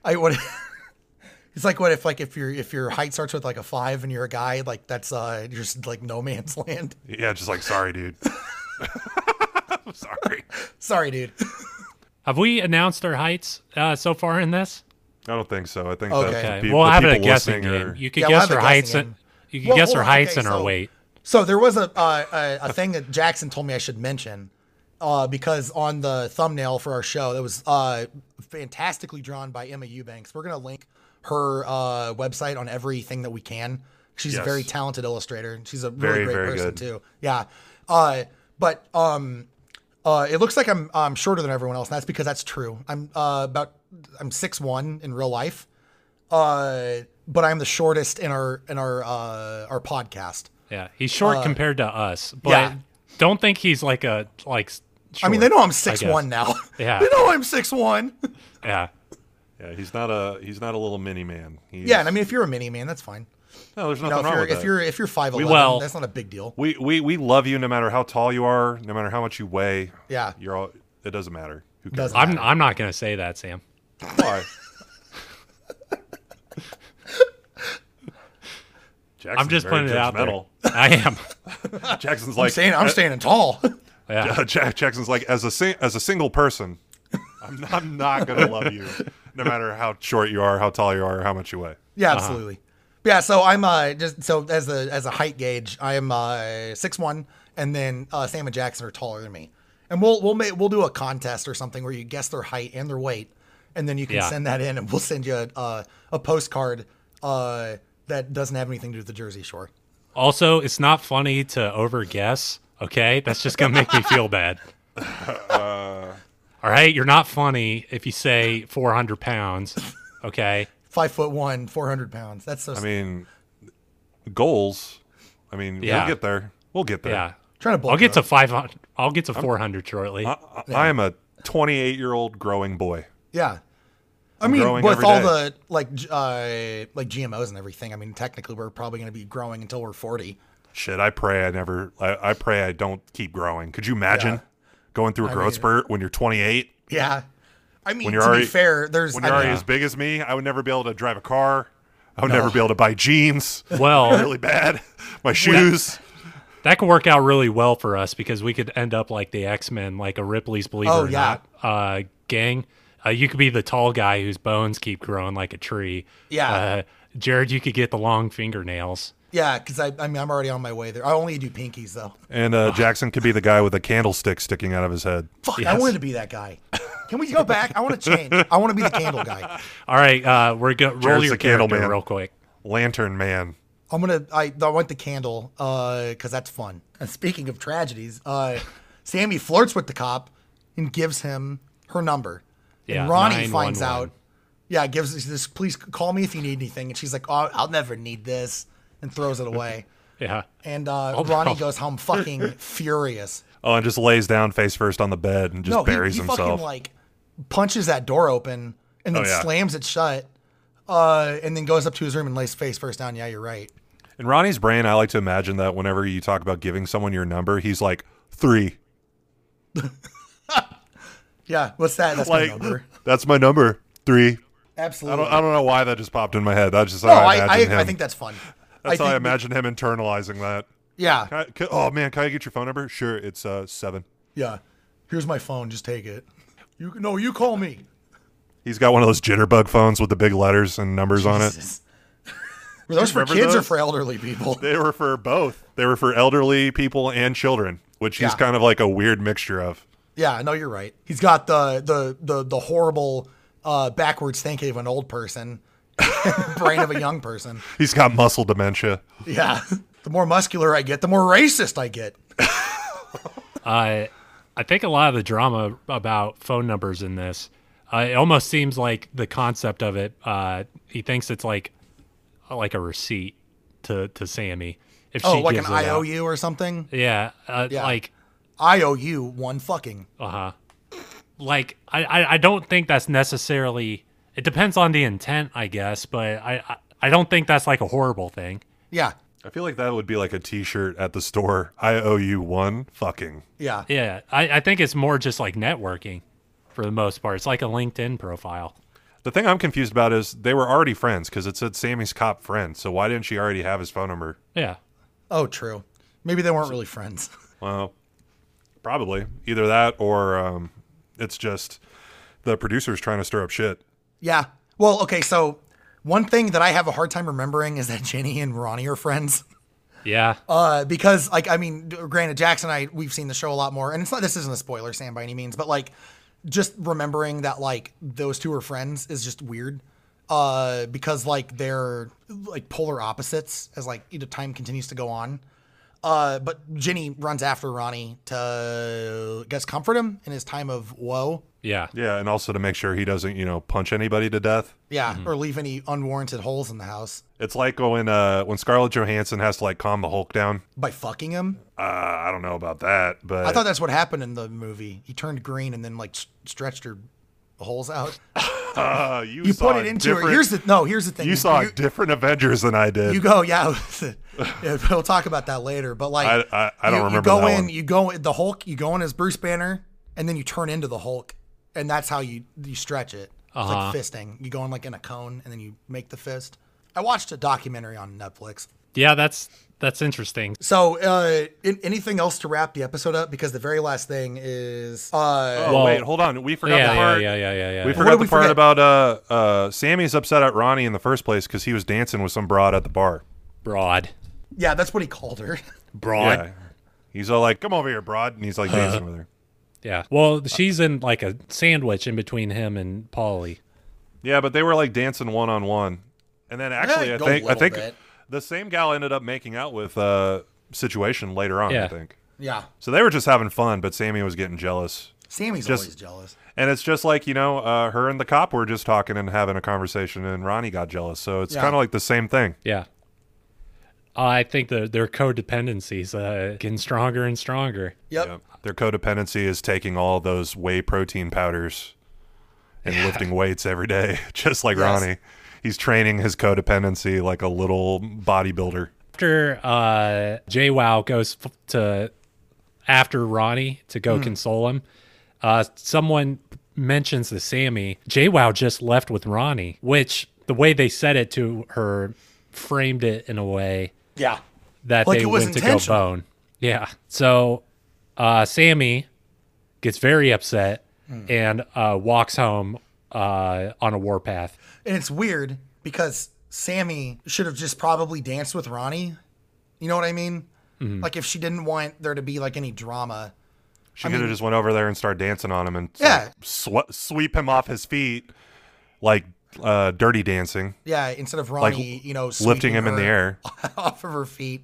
I what? it's like what if like if your if your height starts with like a five and you're a guy like that's uh you're just like no man's land.
Yeah, just like, sorry, dude. I'm sorry.
Sorry, dude.
have we announced her heights uh, so far in this?
I don't think so. I think
Okay.
that
Okay,
the, pe-
we'll
the
have it a
people
guessing
listening
game.
are-
You can
Yeah, we'll
guess
have a
her heights
guessing
and
game.
you can
Well,
guess
hold
her
on,
heights
okay,
and her
so-
weight.
So there was a uh, a, a thing that Jackson told me I should mention uh, because on the thumbnail for our show that was uh, fantastically drawn by Emma Eubanks. We're gonna link her uh, website on everything that we can. She's
Yes.
a very talented illustrator. and She's a
Very,
really great
very
person
good.
too. Yeah. Uh, but um, uh, it looks like I'm I'm shorter than everyone else. And that's because that's true. I'm uh, about I'm six one in real life. Uh, but I'm the shortest in our in our uh, our podcast.
Yeah, he's short compared to us, but
Uh, yeah.
don't think he's like a like. s-
I mean, they
short,
know I'm
guess.
six one now.
Yeah.
they know I'm six one.
Yeah,
Yeah, he's not a he's not a little mini man. He's,
Yeah, and I mean, if you're a mini man, that's fine.
no, there's
You
nothing
know,
wrong
if you're
with
if
that.
you're if you're five eleven,
well-
that's not a big deal.
We, we we love you no matter how tall you are, no matter how much you weigh.
Yeah.
You're all it doesn't matter. Who cares?
Doesn't
I'm
matter.
I'm not gonna say that, Sam.
Why? Jackson's
I'm just
very
putting it out there.
judgmental.
I am.
Jackson's
I'm
like
saying I'm
uh,
standing tall.
Yeah.
uh, Jack, Jackson's like as a sing- as a single person, I'm not, I'm not gonna love you no matter how short you are, how tall you are, or how much you weigh.
yeah, absolutely. Yeah, so I'm uh just so as a as a height gauge, I'm uh six one, and then uh, Sam and Jackson are taller than me. And we'll we'll make we'll do a contest or something where you guess their height and their weight, and then you can
Yeah.
send that in, and we'll send you a uh, a postcard uh that doesn't have anything to do with the Jersey Shore.
Also, it's not funny to overguess. Okay, that's just gonna make me feel bad.
Uh,
All right, you're not funny if you say 400 pounds. Okay.
Five foot one, four hundred pounds. That's so.
I mean, goals. I mean,
Yeah.
we'll get there. We'll get there.
Yeah.
trying to bulk
I'll get
up.
to
uh,
500. I'll get to 400 shortly.
I, I, I am a 28 year old growing boy.
Yeah. I mean,
growing
with
every
all
day.
the like g- uh, like GMOs and everything, I mean, technically we're probably going to be growing until we're forty.
Shit, I pray I never. I, I pray I don't keep growing. Could you imagine going through a growth
mean-
spurt when you're 28?
Yeah, I mean,
When
to
you're already-
be fair, there's
When
I
you're already
mean,
as big as me, I would never be able to drive a car. I would never be able to buy jeans.
Well,
really bad. My shoes.
that could work out really well for us because we could end up like the X Men, like a Ripley's Believe
Oh,
It or
yeah.
Not uh, gang. Uh, you could be the tall guy whose bones keep growing like a tree.
Yeah.
Uh, Jared, you could get the long fingernails.
yeah, because I, I mean, I'm already on my way there. I only do pinkies though.
And uh, Jackson could be the guy with a candlestick sticking out of his head.
Fuck, I wanted to be that guy. Can we go back? I want to change. I want to be the candle guy.
All right, uh, we're going roll
Jared's
your
the candle
character
man.
real quick.
Lantern man.
I'm gonna. I, I want the candle because that's fun. And speaking of tragedies, uh, Sammy flirts with the cop and gives him her number.
Yeah,
and Ronnie
911.
finds out. Yeah, gives she says, Please call me if you need anything. And she's like, "Oh, I'll never need this," and throws it away.
Yeah.
And uh,
Oh,
Ronnie
no.
goes home fucking furious.
Oh, and just lays down face first on the bed and just
no, he-
buries
he,
himself.
fucking like punches that door open and then
Oh, yeah.
slams it shut, uh, and then goes up to his room and lays face first down. Yeah, you're right.
In Ronnie's brain, I like to imagine that whenever you talk about giving someone your number, he's like three.
Yeah, what's that? That's
Like
my number.
that's my number three. I
Absolutely.
don't, I don't know why that just popped in my head. That's just how
no,
I
Oh, I, I,
imagine him.
I think that's fun.
that's
I
how I
think-
imagine him internalizing that.
Yeah,
Can I- can- oh man, can I get your phone number? Sure, it's uh seven.
yeah. Here's my phone. Just take it. You no, you call me.
He's got one of those jitterbug phones with the big letters and numbers on it.
Jesus. Were those for
Remember
kids or
those?
for elderly people?
They were for both. They were for elderly people and children, which he's
Yeah.
kind of like a weird mixture of.
Yeah, no, you're right. He's got the the the the horrible uh, backwards thinking of an old person, brain of a young person.
He's got muscle dementia.
Yeah, the more muscular I get, the more racist I get.
Uh, I think a lot of the drama about phone numbers in this, uh, it almost seems like the concept of it. Uh, he thinks it's like like a receipt to to Sammy. If
Oh,
she
like an
gives it out.
IOU or something.
Yeah, uh,
Yeah.
like
IOU one fucking.
uh huh. Like I, I I don't think that's necessarily. It depends on the intent, I guess, but I I, I don't think that's like a horrible thing.
Yeah,
I feel like that would be like a T-shirt at the store. I owe you one fucking.
yeah,
Yeah, I, I think it's more just like networking, for the most part. It's like a LinkedIn profile.
The thing I'm confused about is they were already friends because it said Sammy's cop friend. So why didn't she already have his phone number?
Yeah.
Oh, true. Maybe they weren't really friends.
Well, probably either that or um, it's just the producers trying to stir up shit.
yeah. Well, okay. So one thing that I have a hard time remembering is that Jenny and Ronnie are friends.
Yeah.
Uh, because like I mean, d- granted, Jackson and I we've seen the show a lot more, and it's not this isn't a spoiler, Sam, by any means, but like just remembering that like those two are friends is just weird. Uh, because like they're like polar opposites as like you know, time continues to go on. Uh, but Ginny runs after Ronnie to I guess comfort him in his time of woe.
yeah.
Yeah, and also to make sure he doesn't, you know, punch anybody to death.
Yeah, or leave any unwarranted holes in the house
It's like when uh, when Scarlett Johansson has to like calm the Hulk down.
by fucking him.
Uh, I don't know about that, but
I thought that's what happened in the movie. He turned green and then like s- stretched her holes out.
uh, you,
you
saw
put it
a
into her.
different-
Here's the no. Here's the thing.
you saw
You,
different Avengers than I did.
you go. Yeah, Yeah, we'll talk about that later. But like,
I- I- I don't
you, You
remember
go
that
in.
one.
You go in- the Hulk. You go in as Bruce Banner, and then you turn into the Hulk, and that's how you you stretch it.
Uh-huh.
It's like fisting. You go in like in a cone, and then you make the fist. I watched a documentary on Netflix.
Yeah, that's that's interesting.
So, uh, in, anything else to wrap the episode up? Because the very last thing is, uh,
oh
Well-
wait, hold on. We forgot
yeah,
the part.
yeah, yeah, yeah, yeah, yeah.
We
What
forgot
did
the
we
part
forget?
about uh, uh, Sammy's upset at Ronnie in the first place because he was dancing with some broad at the bar.
broad,
yeah, that's what he called her.
broad.
Yeah. He's all like, "Come over here, broad," and he's like dancing with her.
Yeah. Well, she's in like a sandwich in between him and Polly.
Yeah, but they were like dancing one on one, and then actually, I
go
think I
little
think
bit.
the same gal ended up making out with uh, situation later on. I
Yeah.
think
yeah,
so. They were just having fun, but Sammy was getting jealous,
Sammy's
Just-
always jealous.
and it's just like you know, uh, her and the cop were just talking and having a conversation, and Ronnie got jealous. So it's
Yeah.
kind of like the same thing.
Yeah. I think the, their codependencies uh, getting stronger and stronger.
Yep.
Yep. Their codependency is taking all those whey protein powders and lifting weights every day, just like
Yes.
Ronnie. He's training his codependency like a little bodybuilder.
After uh, JWoww goes f- to after Ronnie to
Hmm.
go console him, uh, someone mentions the Sammy. JWoww just left with Ronnie, which the way they said it to her framed it in a way
Yeah.
that
Like
they
it was
went to go
intentional.
bone. Yeah. So uh, Sammy gets very upset
Hmm.
and uh, walks home uh, on a warpath.
And it's weird because Sammy should have just probably danced with Ronnie. You know what I mean? Like if she didn't want there to be like any drama.
She could have just went over there and started dancing on him and
Yeah.
sw- sweep him off his feet like uh, dirty dancing,
Yeah, instead of
like
Ronnie, you know,
lifting
sweeping
him in the
her
air.
off of her feet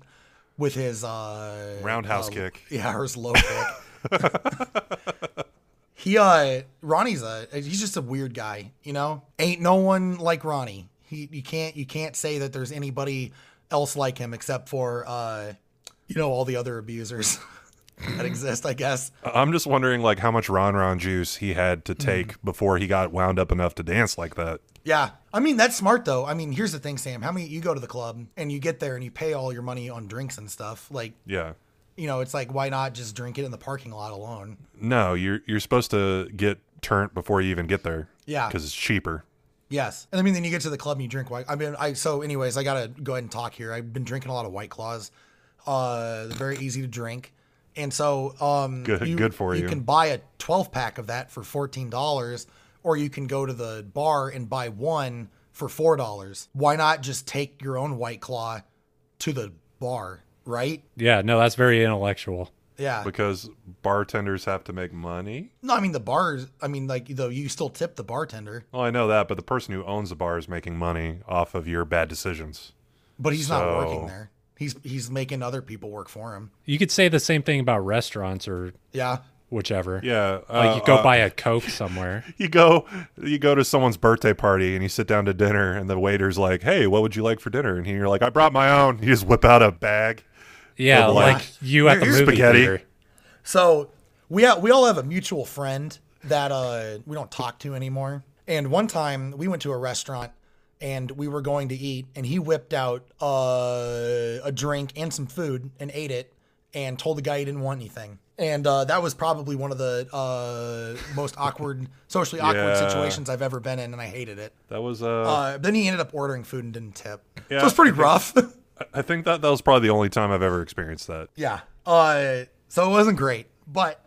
with his uh
Roundhouse
uh,
kick.
Yeah, hers low kick. he uh Ronnie's a he's just a weird guy, you know? Ain't no one like Ronnie. He you can't you can't say that there's anybody else like him except for uh you know all the other abusers. that exist, I guess.
I'm just wondering like how much Ron Ron juice he had
Hmm.
to take before he got wound up enough to dance like that.
Yeah. I mean, that's smart though. I mean, here's the thing, Sam. How many you go to the club and you get there and you pay all your money on drinks and stuff? Like,
Yeah.
you know, it's like why not just drink it in the parking lot alone?
No, you're you're supposed to get turned before you even get there.
Yeah.
Because it's cheaper.
Yes. And I mean, then you get to the club and you drink white. I mean, I so anyways, I gotta go ahead and talk here. I've been drinking a lot of white claws. Uh, they're very easy to drink, and so um,
Good- good for you.
You can buy a twelve pack of that for fourteen dollars, or you can go to the bar and buy one for four dollars. Why not just take your own white claw to the bar, right?
Yeah, no, that's very intellectual.
Yeah.
Because bartenders have to make money.
No, I mean the bars. I mean, like though you still tip the bartender,
Well, I know that, but the person who owns the bar is making money off of your bad decisions.
but he's not
So-
working there. He's he's making other people work for him.
You could say the same thing about restaurants or
Yeah.
whichever.
Yeah.
Like
uh,
Oh, you go
uh,
buy a Coke somewhere.
you go you go to someone's birthday party and you sit down to dinner and the waiter's like, "Hey, what would you like for dinner?" And you're like, "I brought my own." You just whip out a bag.
Yeah,
Oh, boy.
like you at the
Here's
movie
spaghetti.
theater.
So we ha- we all have a mutual friend that uh, we don't talk to anymore. And one time we went to a restaurant and we were going to eat, and he whipped out uh, a drink and some food and ate it, and told the guy he didn't want anything. And uh, that was probably one of the uh, most awkward, socially awkward
Yeah.
situations I've ever been in, and I hated it.
That was
Oh,
Uh, then he ended up ordering food and didn't tip.
Yeah,
so it's pretty rough.
I think that that was probably the only time I've ever experienced that.
Yeah. Uh, so it wasn't great, but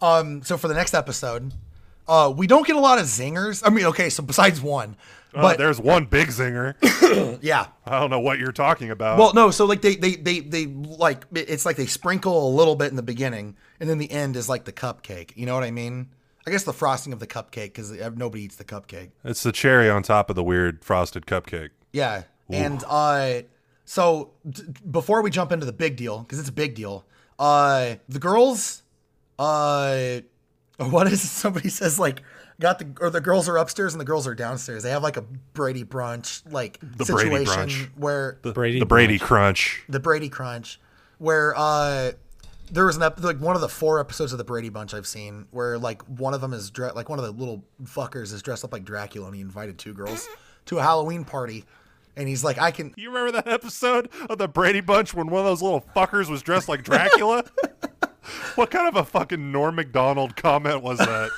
um, so for the next episode, uh, we don't get a lot of zingers. I mean, okay, so besides one,
Uh,
but
there's one big zinger.
yeah.
I don't know what you're talking about.
Well, no, so like they, they, they, they like it's like they sprinkle a little bit in the beginning, and then the end is like the cupcake. You know what I mean? I guess the frosting of the cupcake because nobody eats the cupcake.
it's the cherry on top of the weird frosted cupcake.
Yeah. And uh, so d- before we jump into the big deal, because it's a big deal, uh, the girls, uh, what is somebody says like got the or the girls are upstairs and the girls are downstairs. They have like a Brady brunch like
Brady
situation
brunch.
where the,
Brady.
the Brady Crunch.
Brady crunch, where uh. There was an ep- like one of the four episodes of the Brady Bunch I've seen where like one of them is dre- like one of the little fuckers is dressed up like Dracula and he invited two girls to a Halloween party, and he's like, I can
You remember that episode of the Brady Bunch when one of those little fuckers was dressed like Dracula? what kind of a fucking Norm Macdonald comment was that?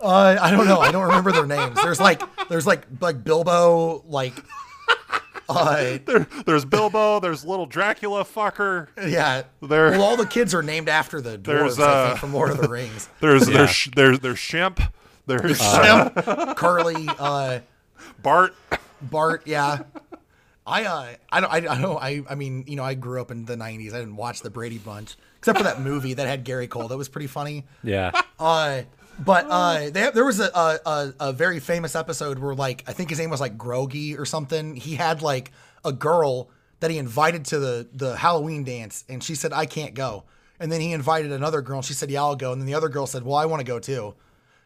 Uh, I don't know. I don't remember their names. There's like there's like like Bilbo like uh
There, there's Bilbo. There's little Dracula fucker.
yeah.
There-
Well, all the kids are named after the dwarves
There's,
I
uh,
think, from Lord of the Rings.
There's there's there's there's Shemp. There's uh,
Shemp, Curly, uh,
Bart.
Bart, yeah. I uh, I don't I, I don't I I mean, you know, I grew up in the 90s. I didn't watch the Brady Bunch except for that movie that had Gary Cole. That was pretty funny.
Yeah.
Uh, but uh, they, there was a, a, a, a very famous episode where, like, I think his name was like Grogi or something. He had like a girl that he invited to the, the Halloween dance, and she said, I can't go. And then he invited another girl, and she said, Yeah, I'll go. And then the other girl said, Well, I want to go too.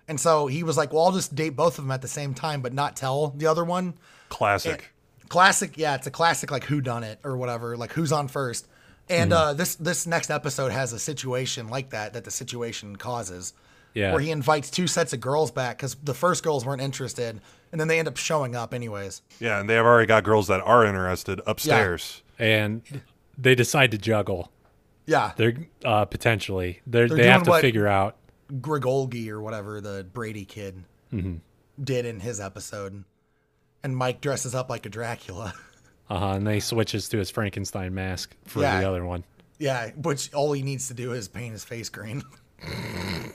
And so he was like, Well, I'll just date both of them at the same time, but not tell the other one
Classic.
classic yeah it's a classic like who done it or whatever like who's on first and uh this this next episode has a situation like that that the situation causes
Yeah.
where he invites two sets of girls back because the first girls weren't interested and then they end up showing up anyways
Yeah, and they've already got girls that are interested upstairs.
And they decide to juggle.
yeah
They're uh, potentially they're,
They're
they have
doing
to
what-
figure out.
grigolgi or whatever the brady kid did in his episode and mike dresses up like a dracula
Uh-huh, and then he switches to his Frankenstein mask for
Yeah.
the other one.
yeah which all he needs to do is paint his face green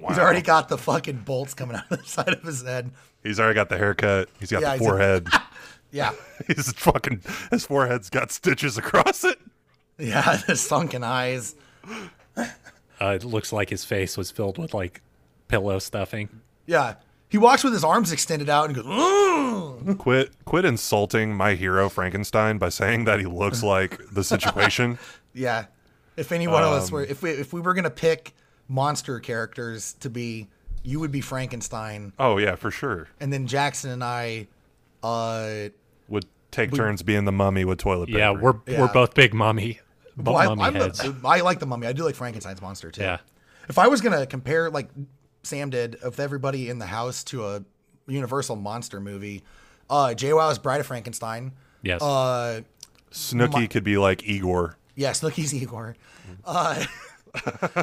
He's already got the fucking bolts coming out of the side of his head.
He's already got the haircut. He's got
Yeah,
the
he's a-
forehead.
Yeah.
his fucking his forehead's got stitches across it.
Yeah, the sunken eyes.
Uh, it looks like his face was filled with like pillow stuffing.
Yeah. He walks with his arms extended out and goes, "Ooh."
Quit quit insulting my hero Frankenstein by saying that he looks like the situation.
Yeah. If any one of us
Um,
were, if we, if we were going to pick monster characters to be, you would be Frankenstein.
oh yeah, for sure.
And then Jackson and I, uh,
Would take turns being the mummy with toilet paper.
Yeah, we're
Yeah.
we're both big mommy bu-
Well, I,
mummy
I'm a-
heads.
I like the mummy. I do like Frankenstein's monster too.
Yeah.
If I was gonna compare, like Sam did, of everybody in the house to a Universal monster movie, uh, JWoww's Bride of Frankenstein.
Yes.
Uh,
Snooky could be like Igor.
yeah, Snooki's Igor. Uh,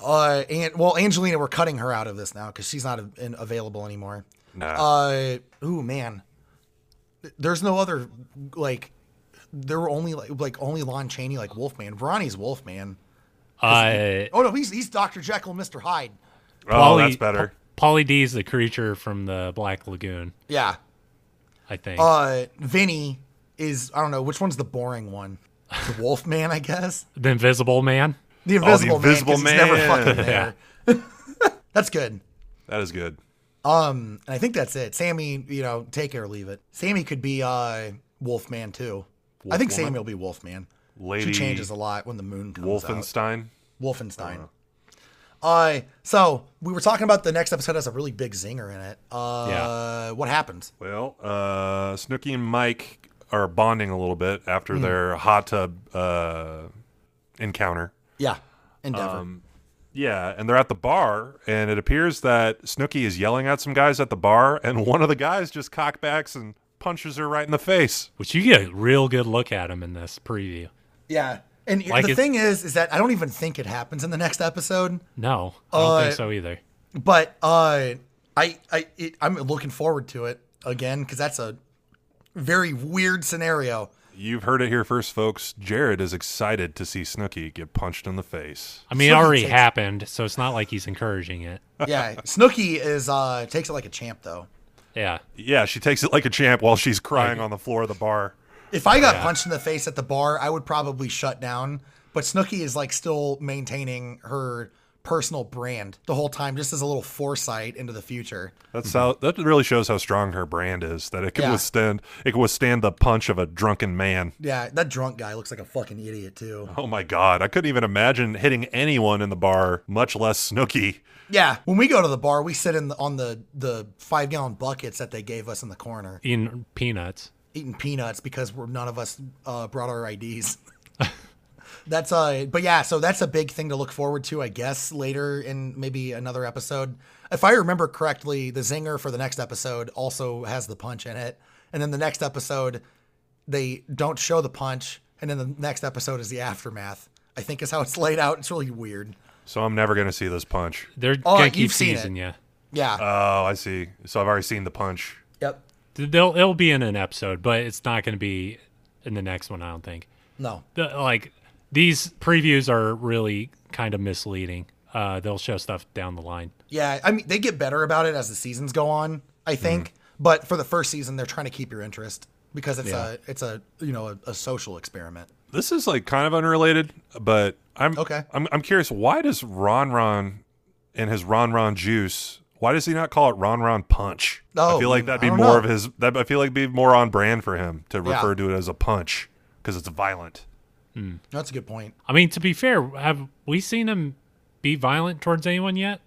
uh, and well, Angelina, we're cutting her out of this now because she's not a, in, available anymore.
Nah.
Uh, ooh, man. There's no other like. There were only like like only Lon Chaney like Wolfman. Ronnie's Wolfman.
uh,
Oh no, he's he's Doctor Jekyll, and Mister Hyde.
oh,
Pauly-
that's better.
Pa- Pauly D's the creature from the Black Lagoon,
Yeah.
I think.
Uh, Vinny is I don't know which one's the boring one. The Wolfman, I guess.
the Invisible Man.
The Invisible Man.
Invisible
'cause he's never
Man.
fucking there. that's good.
That is good.
Um, and I think that's it. Sammy, you know, take it or leave it. Sammy could be uh Wolfman too. I think
Wolfwoman?
Sammy will be Wolfman.
Lady
she changes a lot when the moon comes out.
Wolfenstein.
Wolfenstein. Uh, so we were talking about the next episode has a really big zinger in it. Uh, what happens?
Well, uh, Snooky and Mike are bonding a little bit
Hmm.
after their hot tub uh, encounter.
Yeah, Endeavor.
Um, Yeah, and they're at the bar, and it appears that Snooky is yelling at some guys at the bar, and one of the guys just cockbacks and punches her right in the face.
Which you get a real good look at him in this preview.
yeah, and
Like
the
it-
thing is, is that I don't even think it happens in the next episode.
No, I don't
Uh,
think so either.
But uh, I, I, it, I'm looking forward to it again because that's a very weird scenario.
You've heard it here first, folks. Jared is excited to see Snooky get punched in the face.
I mean, it
Snooki
already
takes-
happened, so it's not like he's encouraging it.
Yeah, Snooky is uh takes it like a champ though.
Yeah.
Yeah, she takes it like a champ while she's crying on the floor of the bar.
If I got punched in the face at the bar, I would probably shut down. But Snooky is like still maintaining her personal brand the whole time, just as a little foresight into the future.
That's how that really shows how strong her brand is. That it can
Yeah.
withstand it can withstand the punch of a drunken man.
Yeah, that drunk guy looks like a fucking idiot too.
Oh my god, I couldn't even imagine hitting anyone in the bar, much less Snooky.
Yeah, when we go to the bar, we sit in the, on the the five gallon buckets that they gave us in the corner,
Eating peanuts.
eating peanuts because we're none of us uh, brought our IDs. that's uh, but yeah, so that's a big thing to look forward to, I guess, later in maybe another episode. If I remember correctly, the zinger for the next episode also has the punch in it, and then the next episode they don't show the punch, and then the next episode is the aftermath. I think is how it's laid out. It's really weird.
So I'm never gonna see this punch.
They're
Oh,
gonna keep
you've seen it.
teasing you.
Yeah.
Oh, I see. So I've already seen the punch.
yep.
They'll it'll be in an episode, but it's not gonna be in the next one. I don't think.
No.
The, like these previews are really kind of misleading. Uh, they'll show stuff down the line.
Yeah, I mean they get better about it as the seasons go on,
Mm-hmm.
I think. But for the first season, they're trying to keep your interest because it's a it's a you know a, a social experiment.
This is like kind of unrelated, but I'm
Okay.
I'm I'm curious why does Ron Ron and his Ron Ron juice why does he not call it Ron Ron Punch? I
Oh,
feel like that'd be
I don't
more
know.
of his. That I feel like it'd be more on brand for him to
Yeah.
refer to it as a punch because it's violent.
That's a good point.
I mean, to be fair, have we seen him be violent towards anyone yet?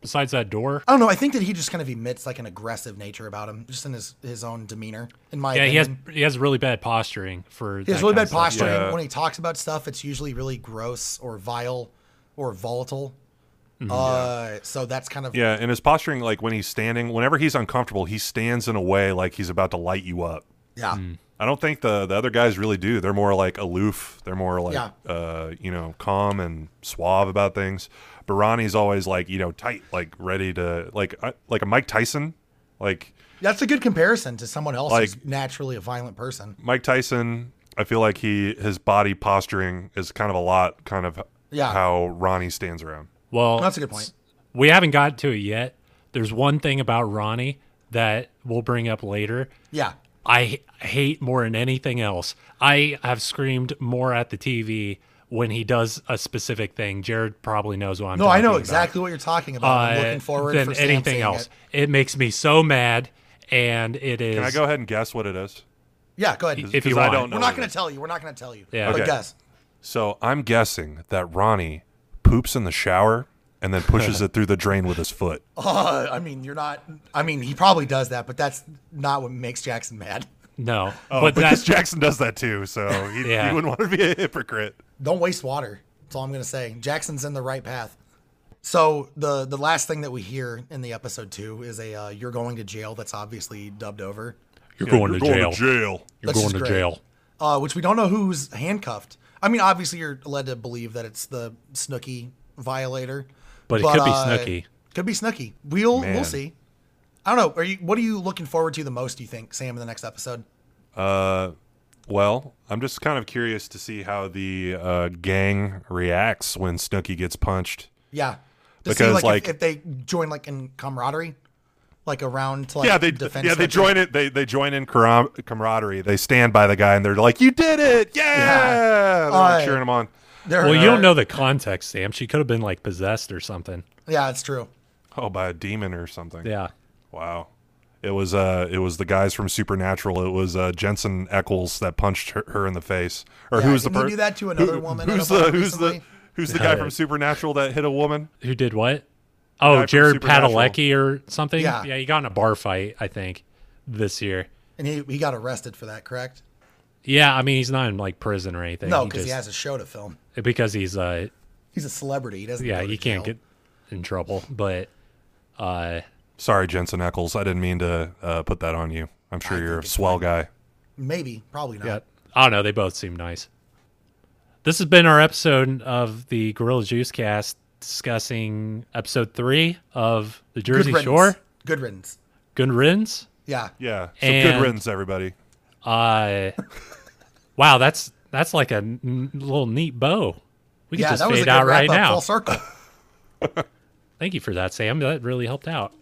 Besides that door?
I don't know. I think that he just kind of emits like an aggressive nature about him, just in his his own demeanor. In my
Yeah, he has
opinion.
he has really bad posturing for.
he has really bad posture.
Yeah.
When he talks about stuff, it's usually really gross or vile or volatile. Uh, so that's kind of
Mm-hmm. Yeah, and his posturing, like when he's standing, whenever he's uncomfortable, he stands in a way like he's about to light you up.
yeah.
Mm.
I don't think the the other guys really do. They're more like aloof. They're more like
Yeah.
uh, you know, calm and suave about things. But Ronnie's always like, you know, tight, like ready to like uh, like a Mike Tyson. Like
That's a good comparison to someone else who's
Like-
naturally a violent person.
Mike Tyson, I feel like he his body posturing is kind of a lot kind of
Yeah.
how Ronnie stands around.
Well,
That's a good point.
We haven't gotten to it yet. There's one thing about Ronnie that we'll bring up later.
Yeah.
I h- hate more than anything else. I have screamed more at the TV when he does a specific thing. Jared probably knows what I'm
No, I know
talking about.
exactly what you're talking about. I'm
Uh,
looking forward
than
for Sam
anything
seeing
else.
It.
It. makes me so mad, and it is.
Can I go ahead and guess what it is?
Yeah, go ahead.
If you
'Cause I
want,
don't know.
We're not
what
going
it
to tell you. We're not going to tell you.
Yeah.
But
Okay.
guess.
So I'm guessing that Ronnie poops in the shower and then pushes it through the drain with his foot.
Uh, I mean, you're not. I mean, he probably does that, but that's not what makes Jackson mad.
No,
Oh,
but
because
that's
Jackson does that too, so he,
Yeah.
he wouldn't want to be a hypocrite.
Don't waste water. That's all I'm going to say. Jackson's in the right path. So the the last thing that we hear in the episode two is a uh, "You're going to jail" that's obviously dubbed over,
you're
Yeah,
going,
you're
to, jail.
jail.
You're
That's
going
just
to
great.
jail.
uh, which we don't know who's handcuffed. I mean, obviously you're led to believe that it's the Snooky violator,
But it could be
uh,
Snooki.
Could be Snooky. We'll we'll
Man.
see. I don't know. Are you? What are you looking forward to the most? Do you think Sam in the next episode?
Uh, well, I'm just kind of curious to see how the uh, gang reacts when Snooky gets punched.
Yeah. To see,
Because,
like,
like-
if- if, they join like in camaraderie, like around to like
yeah, they
defend
yeah they
Snooki.
join it. They they join in caram- camaraderie. They stand by the guy and they're like, "You did it! Yeah!" They're like,
Uh,
cheering him on.
There
Well, you
are-
Uh,
don't know the context, Sam. She could have been like possessed or something.
Yeah, it's true.
Oh, by a demon or something.
Yeah.
Wow. It was uh it was the guys from Supernatural. It was uh, Jensen Eccles that punched her, her in the face. Or
Yeah,
who's the
didn't he
person
do that to another woman at
Who's
a
the
bar
who's the
recently?
who's the guy from Supernatural that hit a woman?
Who did what?
guy
Oh,
from
Jared
Supernatural.
Padalecki or something.
Yeah.
Yeah, he got in a bar fight, I think, this year.
And he, he got arrested for that, correct?
Yeah, I mean he's not in like prison or anything.
No, because he,
just-
has a show to film.
because he's uh
He's a celebrity. He doesn't.
yeah
go to
he can't
jail.
get in trouble, but uh
Sorry, Jensen Eccles. I didn't mean to uh, put that on you. I'm sure you're a swell guy.
Maybe, probably not.
yeah, I don't know. They both seem nice. This has been our episode of the Gorilla Juice Cast discussing episode three of the Jersey
riddance.
Shore.
Good riddance.
Good riddance.
Yeah.
Yeah. So good
And-
riddance, everybody.
Uh, wow, that's that's like a n- little neat bow. We can
Yeah,
just
that was a
fade
good
out
wrap
right
up,
now.
full circle.
Thank you for that, Sam. That really helped out.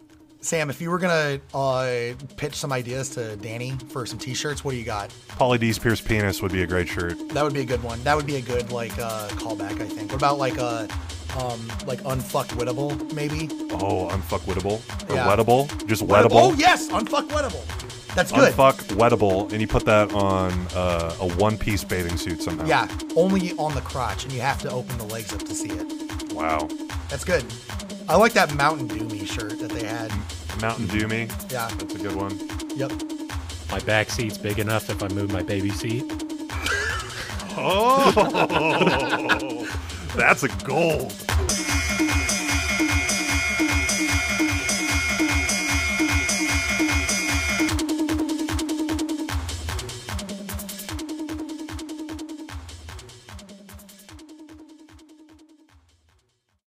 Sam, if you were gonna uh, pitch some ideas to Danny for some T-shirts, what do you got?
Polly D's pierced penis would be a great shirt.
That would be a good one. That would be a good like uh, callback, I think. What about like uh, um, like unfucked wittable, maybe?
Oh, unfuckwittable. Or
Yeah.
wettable. Just
Wittable.
wettable.
Oh yes, unfucked wittable. That's good.
Unfuck wettable. And you put that on uh, a one piece bathing suit somehow.
Yeah, only on the crotch, and you have to open the legs up to see it.
Wow.
That's good. I like that Mountain Dew me shirt that they had.
Mountain Dew me.
Yeah.
That's a good one.
Yep.
My back seat's big enough if I move my baby seat.
That's a gold.